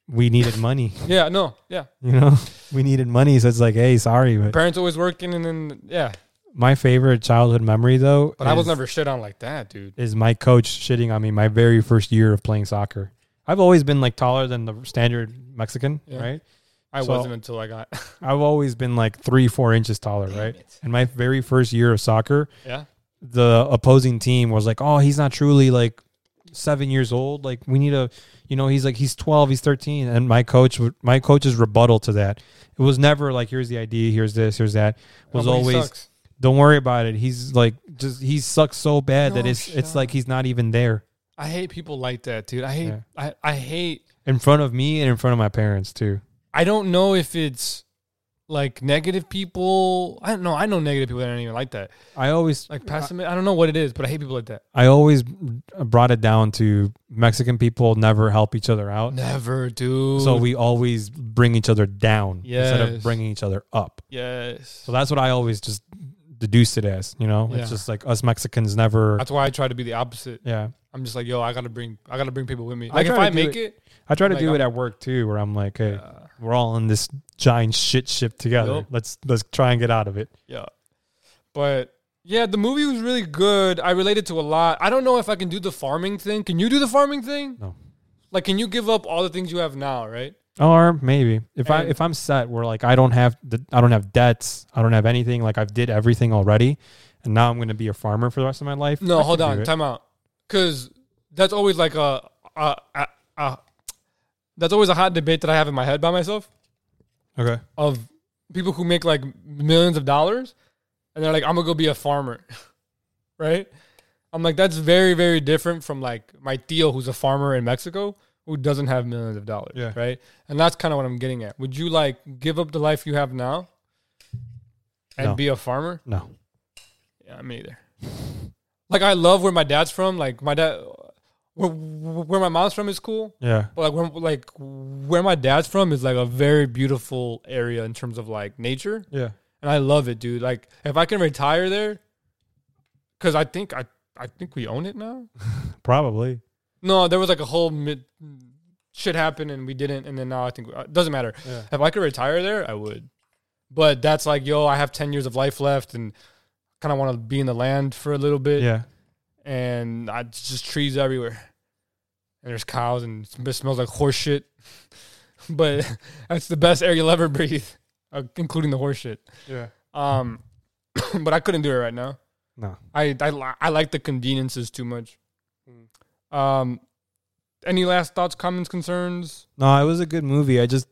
Speaker 2: we needed money.
Speaker 1: Yeah, no, yeah.
Speaker 2: You know, we needed money, so it's like, hey, sorry, but
Speaker 1: Parents always working, and then yeah.
Speaker 2: my favorite childhood memory though,
Speaker 1: But I was
Speaker 2: is-
Speaker 1: never shit on like that, dude.
Speaker 2: is my coach shitting on me my very first year of playing soccer. I've always been like taller than the standard Mexican,
Speaker 1: Yeah.
Speaker 2: right?
Speaker 1: I
Speaker 2: So-
Speaker 1: wasn't until I got
Speaker 2: I've always been like three, four inches taller, right? And my very first year of soccer,
Speaker 1: yeah.
Speaker 2: the opposing team was like, "Oh, he's not truly like seven years old. Like we need a, you know, he's like he's twelve, he's thirteen. And my coach, would- my coach's rebuttal to that, it was never like, "Here's the idea, here's this, here's that." Was
Speaker 1: Oh, but he
Speaker 2: always,
Speaker 1: sucks.
Speaker 2: "Don't worry about it. He's like just he sucks so bad that
Speaker 1: No
Speaker 2: it's it's
Speaker 1: shot.
Speaker 2: like he's not even there
Speaker 1: I hate people like that, dude. I hate.
Speaker 2: Yeah.
Speaker 1: I, I hate.
Speaker 2: in front of me and in front of my parents too."
Speaker 1: I don't know if it's like negative people. I don't know. I know negative people that aren't even like that.
Speaker 2: I always
Speaker 1: Like pessimism. I don't know what it is, but I hate people like that.
Speaker 2: I always brought it down to Mexican people never help each other out.
Speaker 1: Never, dude.
Speaker 2: So we always bring each other down instead of
Speaker 1: Yes.
Speaker 2: bringing each other up.
Speaker 1: yes.
Speaker 2: So that's what I always just deduced it as. You know,
Speaker 1: Yeah.
Speaker 2: it's just like us Mexicans never.
Speaker 1: That's why I try to be the opposite.
Speaker 2: yeah,
Speaker 1: I'm just like, yo, I gotta bring, I gotta bring people with me.
Speaker 2: I
Speaker 1: Like if
Speaker 2: try to
Speaker 1: I
Speaker 2: do
Speaker 1: make it, uh,
Speaker 2: I try to
Speaker 1: Like,
Speaker 2: do it
Speaker 1: I'm-
Speaker 2: at work too, where I'm like, hey,
Speaker 1: yeah,
Speaker 2: we're all in this giant shit ship together.
Speaker 1: Yup.
Speaker 2: Let's let's try and get out of it.
Speaker 1: yeah. But yeah, the movie was really good. I related to a lot. I don't know if I can do the farming thing. Can you do the farming thing?
Speaker 2: No.
Speaker 1: Like, can you give up all the things you have now? Right.
Speaker 2: Or maybe if I
Speaker 1: And-
Speaker 2: if I'm set, where like I don't have the, I don't have debts, I don't have anything. Like I've did everything already, and now I'm going to be a farmer for the rest of my life. I
Speaker 1: No,
Speaker 2: can
Speaker 1: hold
Speaker 2: do
Speaker 1: on,
Speaker 2: it.
Speaker 1: time out. Because that's always like a, a, a, a that's always a hot debate that I have in my head by myself
Speaker 2: Okay.
Speaker 1: of people who make like millions of dollars and they're like, I'm gonna go be a farmer, right? I'm like, that's very, very different from like my Theo, who's a farmer in Mexico who doesn't have millions of dollars,
Speaker 2: Yeah.
Speaker 1: right? And that's kind of what I'm getting at. Would you like give up the life you have now and
Speaker 2: No.
Speaker 1: be a farmer?
Speaker 2: No.
Speaker 1: Yeah, me either. Like I love where my dad's from. Like my dad, where where my mom's from is cool.
Speaker 2: Yeah.
Speaker 1: But like where like where my dad's from is like a very beautiful area in terms of like nature,
Speaker 2: Yeah.
Speaker 1: and I love it, dude. Like if I can retire there, because I think I I think we own it now.
Speaker 2: Probably.
Speaker 1: No, there was like a whole mid, shit happened and we didn't, and then now I think uh, it doesn't matter.
Speaker 2: Yeah.
Speaker 1: If I could retire there, I would. But that's like, yo, I have 10 years of life left and kind of want to be in the land for a little bit.
Speaker 2: Yeah.
Speaker 1: And I it's just trees everywhere. And there's cows and it smells like horse shit. but that's the best air you'll ever breathe, uh, including the horse shit.
Speaker 2: Yeah.
Speaker 1: Um, but I couldn't do it right now.
Speaker 2: No.
Speaker 1: I I, li- I like the conveniences too much. Um, any last thoughts, comments, concerns?
Speaker 2: No, it was a good movie. I just,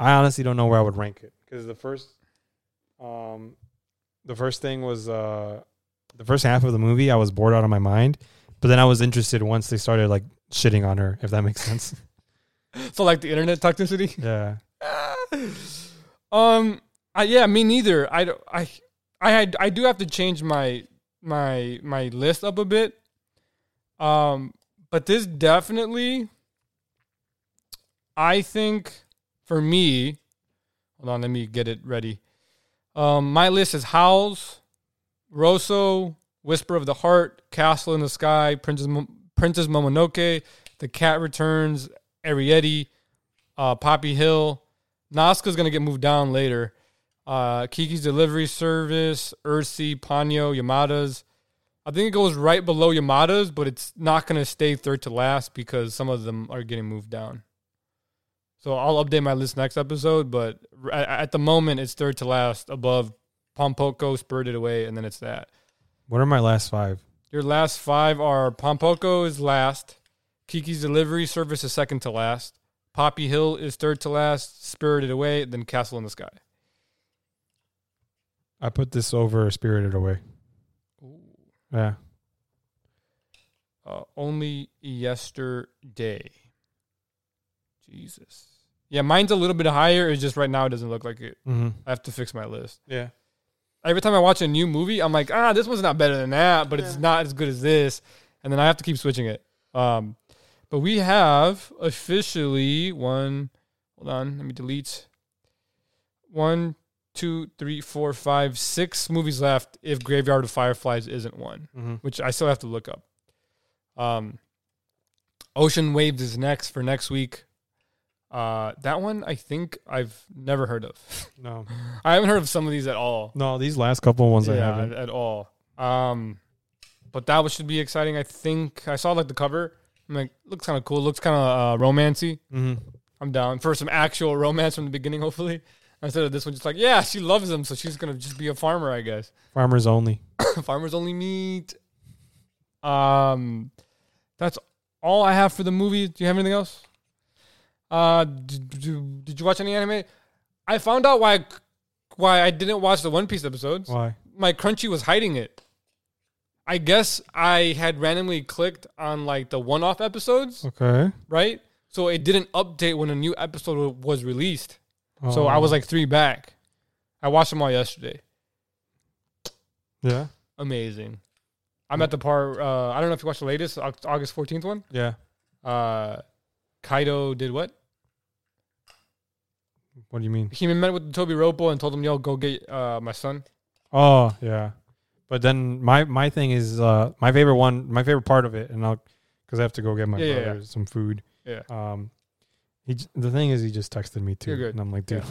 Speaker 2: I honestly don't know where I would rank it because the first, um, the first thing was uh, the first half of the movie. I was bored out of my mind, but then I was interested once they started like shitting on her. If that makes sense.
Speaker 1: So like the internet toxicity.
Speaker 2: yeah.
Speaker 1: um, I, yeah, me neither. I don't- I I had I do have to change my my my list up a bit. Um, but this definitely, I think for me, hold on, let me get it ready. Um, my list is Howls, Rosso, Whisper of the Heart, Castle in the Sky, Princess Mo- Princess Momonoke, The Cat Returns, Arietti, uh, Poppy Hill. Nazca's gonna get moved down later. Uh, Kiki's Delivery Service, Ursi, Ponyo, Yamada's. I think it goes right below Yamada's, but it's not gonna stay third to last because some of them are getting moved down. So I'll update my list next episode, but r- at, at the moment it's third to last above Pompoko, Spirited Away, and then it's that.
Speaker 2: What are my last five?
Speaker 1: Your last five are Pompoko is last, Kiki's Delivery Service is second to last, Poppy Hill is third to last, Spirited Away, then Castle in the Sky.
Speaker 2: I put this over Spirited Away. Yeah.
Speaker 1: Uh, only yesterday. Jesus. Yeah, mine's a little bit higher. It's just right now it doesn't look like it.
Speaker 2: Mm-hmm.
Speaker 1: I have to fix my list.
Speaker 2: Yeah.
Speaker 1: Every time I watch a new movie, I'm like, ah, this one's not better than that, but it's not as good as this. And then I have to keep switching it. Um, but we have officially one. Hold on, let me delete. One, two, three, four, five, six movies left. If Graveyard of Fireflies isn't one
Speaker 2: Mm-hmm.
Speaker 1: which I still have to look up. Um, Ocean Waves is next for next week. Uh, that one I think I've never heard of.
Speaker 2: No.
Speaker 1: I haven't heard of some of these at all.
Speaker 2: No, these last couple ones I
Speaker 1: yeah,
Speaker 2: haven't.
Speaker 1: at all. Um, but that one should be exciting. I think I saw like the cover. I'm like, looks kind of cool. Looks kind of uh, romancy.
Speaker 2: Mm-hmm.
Speaker 1: I'm down for some actual romance from the beginning, hopefully. Instead of this one, just like, yeah, she loves him, so she's gonna just be a farmer, I guess.
Speaker 2: Farmers only.
Speaker 1: farmers only meat. Um, that's all I have for the movie. Do you have anything else? Uh, did, did, you- did you watch any anime? I found out why why I didn't watch the One Piece episodes.
Speaker 2: Why?
Speaker 1: My Crunchy was hiding it. I guess I had randomly clicked on like the one-off episodes,
Speaker 2: Okay.
Speaker 1: right? So it didn't update when a new episode was released. So I
Speaker 2: Oh.
Speaker 1: was like three back. I watched them all yesterday.
Speaker 2: yeah,
Speaker 1: amazing. I'm at the part. Uh, I don't know if you watched the latest Au- August 14th one.
Speaker 2: yeah.
Speaker 1: Uh, Kaido did what?
Speaker 2: What do you mean?
Speaker 1: He met with Toby Ropo and told him, "Yo, go get uh, my son."
Speaker 2: Oh yeah, but then my my thing is uh my favorite one, my favorite part of it, and I'll because I have to go get my
Speaker 1: Yeah, yeah,
Speaker 2: brother some food.
Speaker 1: Yeah.
Speaker 2: Um, he j- the thing is he just texted me too,
Speaker 1: You're good.
Speaker 2: and I'm like, dude.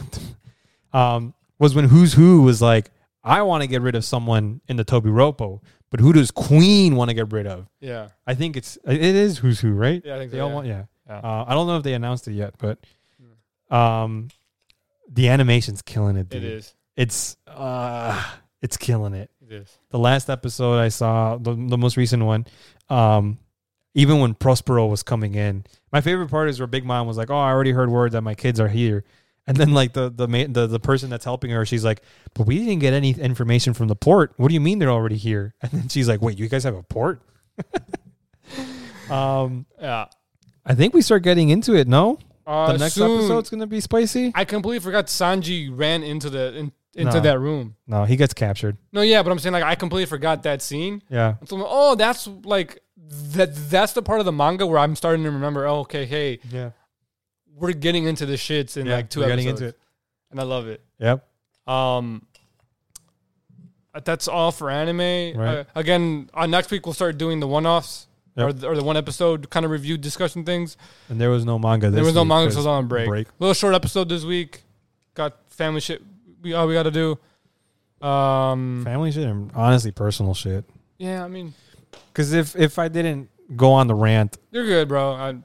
Speaker 2: um, was when Who's Who was like, I want to get rid of someone in the Toby Ropo, but who does Queen want to get rid of?
Speaker 1: Yeah,
Speaker 2: I think it's it is Who's Who, right?
Speaker 1: yeah, I think
Speaker 2: They
Speaker 1: so,
Speaker 2: all
Speaker 1: yeah.
Speaker 2: want, yeah.
Speaker 1: Yeah. Hmm.
Speaker 2: Uh, I don't know if they announced it yet, but um, the animation's killing it, dude.
Speaker 1: It is.
Speaker 2: It's uh, it's killing it.
Speaker 1: It is.
Speaker 2: The last episode I saw, the, the most recent one, um, even when Prospero was coming in, my favorite part is where Big Mom was like, "Oh, I already heard word that my kids are here," and then like the the ma- the, the person that's helping her, she's like, "But we didn't get any information from the port. What do you mean they're already here?" And then she's like, "Wait, you guys have a port?" um,
Speaker 1: Yeah.
Speaker 2: I think we start getting into it. No,
Speaker 1: Uh,
Speaker 2: the next
Speaker 1: soon,
Speaker 2: episode's gonna be spicy.
Speaker 1: I completely forgot Sanji ran into the in, into
Speaker 2: No.
Speaker 1: that room.
Speaker 2: No, he gets captured.
Speaker 1: No, yeah, but I'm saying like I completely forgot that scene.
Speaker 2: Yeah,
Speaker 1: So I'm like, oh, that's like that. That's the part of the manga where I'm starting to remember. Oh, okay, hey,
Speaker 2: yeah.
Speaker 1: we're getting into the shits in
Speaker 2: Yeah,
Speaker 1: like 2
Speaker 2: we're
Speaker 1: episodes,
Speaker 2: getting into
Speaker 1: and I love it.
Speaker 2: Yep.
Speaker 1: Um, that's all for anime.
Speaker 2: Right.
Speaker 1: Uh, again, on next week we'll start doing the one-offs
Speaker 2: Yep.
Speaker 1: or, the, or the one episode kind of review discussion things.
Speaker 2: And there was no manga. This
Speaker 1: There was no
Speaker 2: week
Speaker 1: manga, so I
Speaker 2: 'cause-
Speaker 1: was on break.
Speaker 2: break.
Speaker 1: Little short episode this week. Got family shit. we all we got to do. Um,
Speaker 2: Family shit and honestly personal shit.
Speaker 1: yeah, I mean,
Speaker 2: Because if if I didn't go on the rant,
Speaker 1: you're good, bro. I,
Speaker 2: yeah,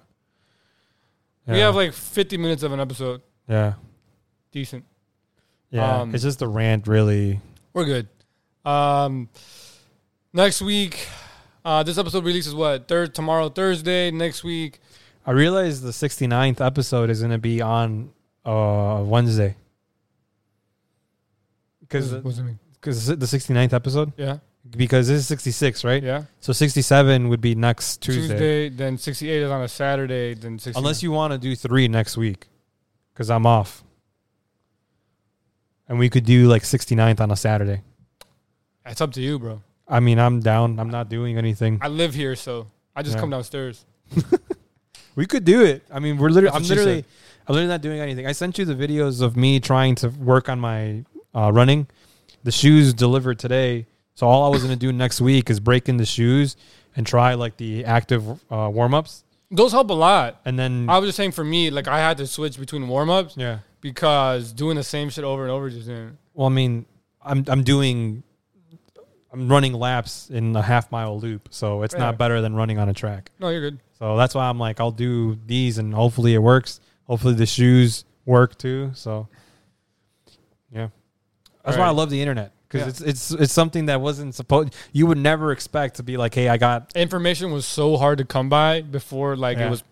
Speaker 1: We have like 50 minutes of an episode.
Speaker 2: yeah,
Speaker 1: Decent.
Speaker 2: yeah,
Speaker 1: um,
Speaker 2: it's just the rant really.
Speaker 1: We're good. Um, next week, uh, this episode releases what? Third tomorrow, Thursday. Next week,
Speaker 2: I realize the 69th episode is gonna be on uh Wednesday. Because
Speaker 1: What does it mean?
Speaker 2: because the 69th episode
Speaker 1: Yeah,
Speaker 2: because this is 66 right
Speaker 1: yeah.
Speaker 2: so 67 would be next tuesday,
Speaker 1: then 68 is on a Saturday. Then 69.
Speaker 2: unless you want to do three next week because i'm off and we could do like 69th on a saturday
Speaker 1: it's up to you, bro.
Speaker 2: i mean i'm down i'm not doing anything
Speaker 1: I live here, so I just
Speaker 2: Yeah.
Speaker 1: come downstairs.
Speaker 2: we could do it i mean we're literally
Speaker 1: That's what
Speaker 2: i'm
Speaker 1: she
Speaker 2: literally
Speaker 1: said.
Speaker 2: i'm literally not doing anything i sent you the videos of me trying to work on my uh, running the shoes delivered today so all i was going to do next week is break in the shoes and try like the active uh, warm-ups
Speaker 1: Those help a lot.
Speaker 2: and then
Speaker 1: I was just saying for me, like I had to switch between warm ups
Speaker 2: yeah
Speaker 1: because doing the same shit over and over just didn't.
Speaker 2: Well, I mean, I'm I'm doing I'm running laps in a half mile loop, so it's
Speaker 1: Yeah.
Speaker 2: not better than running on a track.
Speaker 1: No, you're good.
Speaker 2: So that's why I'm like, I'll do these, and hopefully it works. Hopefully the shoes work too. So yeah, that's why I
Speaker 1: Right.
Speaker 2: love the internet because
Speaker 1: Yeah.
Speaker 2: it's it's it's something that wasn't supposed. You would never expect to be like, hey, I got
Speaker 1: Information was so hard to come by before, like
Speaker 2: Yeah.
Speaker 1: it was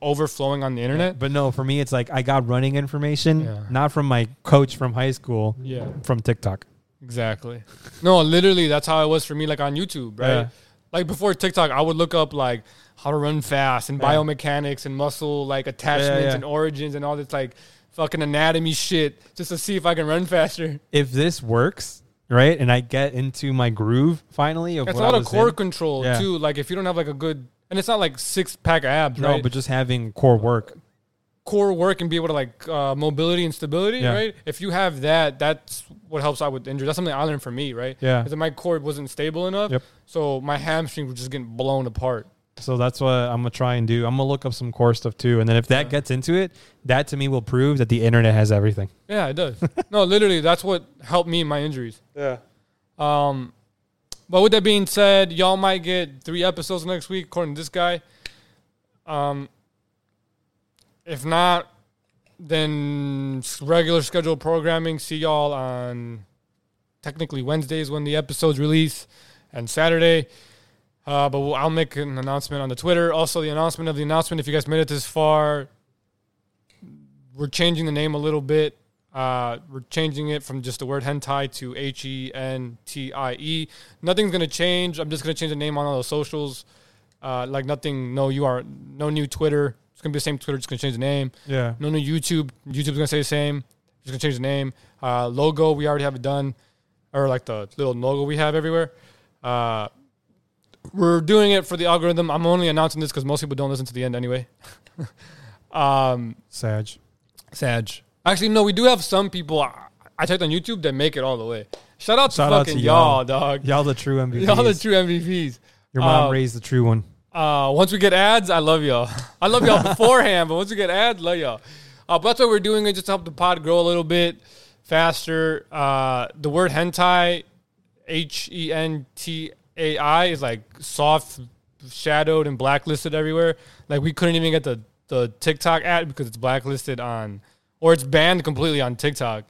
Speaker 1: overflowing on the internet.
Speaker 2: But no, for me, it's like I got running information,
Speaker 1: Yeah.
Speaker 2: not from my coach from high school,
Speaker 1: Yeah.
Speaker 2: from TikTok.
Speaker 1: Exactly. No, literally, that's how it was for me, like on YouTube, right?
Speaker 2: Yeah.
Speaker 1: Like before TikTok, I would look up like how to run fast and
Speaker 2: Yeah.
Speaker 1: biomechanics and muscle like attachments
Speaker 2: yeah.
Speaker 1: and origins and all this like fucking anatomy shit just to see if I can run faster.
Speaker 2: if this works right and i get into my groove finally of
Speaker 1: It's a
Speaker 2: what I
Speaker 1: lot of
Speaker 2: was
Speaker 1: core
Speaker 2: in-
Speaker 1: control
Speaker 2: Yeah.
Speaker 1: too. Like if you don't have like a good and it's not like six pack abs,
Speaker 2: no
Speaker 1: right?
Speaker 2: but just having core work
Speaker 1: core work and be able to like uh, mobility and stability,
Speaker 2: Yeah.
Speaker 1: right? If you have that, that's what helps out with injury. That's something I learned from me, right?
Speaker 2: Yeah.
Speaker 1: Because my core wasn't stable enough,
Speaker 2: Yep.
Speaker 1: so my hamstrings were just getting blown apart.
Speaker 2: so that's what i'm gonna try and do i'm gonna look up some core stuff too and then if that gets into it that to me will prove that the internet has everything
Speaker 1: Yeah, it does. no, literally, that's what helped me in my injuries.
Speaker 2: yeah
Speaker 1: Um, but with that being said, y'all might get three episodes next week, according to this guy. Um, if not, then s- regular scheduled programming. See y'all on technically Wednesdays when the episodes release, and Saturday. Uh, but we'll, I'll make an announcement on the Twitter. Also, the announcement of the announcement. If you guys made it this far, we're changing the name a little bit. Uh, we're changing it from just the word hentai to H E N T I E. Nothing's gonna change. I'm just gonna change the name on all the socials. Uh, like nothing. No, you are no new Twitter. It's gonna be the same Twitter. Just gonna change the name.
Speaker 2: yeah
Speaker 1: No new YouTube. YouTube's gonna say the same. Just gonna change the name. Uh, logo we already have it done, or like the little logo we have everywhere. Uh, we're doing it for the algorithm. I'm only announcing this because most people don't listen to the end anyway. um,
Speaker 2: sag
Speaker 1: Sag. Actually, no, we do have some people I, I checked on YouTube that make it all the way. Shout out to
Speaker 2: Shout out
Speaker 1: fucking
Speaker 2: to
Speaker 1: y'all,
Speaker 2: y'all.
Speaker 1: dog.
Speaker 2: y'all the true mvp
Speaker 1: Y'all the true MVPs.
Speaker 2: your mom
Speaker 1: uh,
Speaker 2: raised the true one
Speaker 1: Uh, once we get ads, I love y'all. I love y'all beforehand, but once we get ads, love y'all. Uh, but that's what we're doing it just to help the pod grow a little bit faster. Uh, the word hentai, H E N T A I, is like soft, shadowed, and blacklisted everywhere. Like we couldn't even get the the TikTok ad because it's blacklisted on, or it's banned completely on TikTok.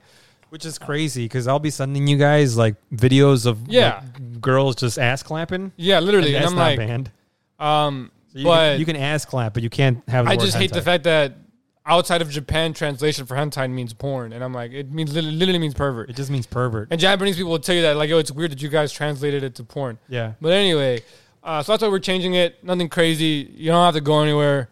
Speaker 2: which is crazy because i'll be sending you guys like videos of
Speaker 1: Yeah.
Speaker 2: like, girls just ass clapping
Speaker 1: Yeah, literally. And,
Speaker 2: that's
Speaker 1: I'm
Speaker 2: not
Speaker 1: like,
Speaker 2: banned
Speaker 1: um,
Speaker 2: So you,
Speaker 1: but
Speaker 2: can, you can ass clap but you can't have the
Speaker 1: I
Speaker 2: word
Speaker 1: just hate the
Speaker 2: hentai.
Speaker 1: fact that outside of Japan, translation for hentai means porn, and I'm like, it means literally, literally means pervert.
Speaker 2: it just means pervert
Speaker 1: And Japanese people will tell you that, like, oh, it's weird that you guys translated it to porn.
Speaker 2: yeah
Speaker 1: But anyway, uh, so that's why we're changing it. Nothing crazy. You don't have to go anywhere.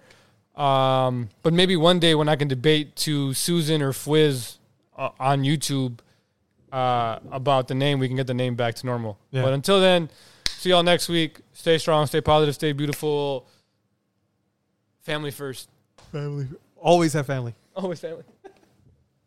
Speaker 1: Um, but maybe one day when I can debate to Susan or Fwiz uh, on YouTube uh, about the name, we can get the name back to normal.
Speaker 2: Yeah.
Speaker 1: But until then, see y'all next week. Stay strong, stay positive, stay beautiful. Family first.
Speaker 2: family always have family
Speaker 1: Always family.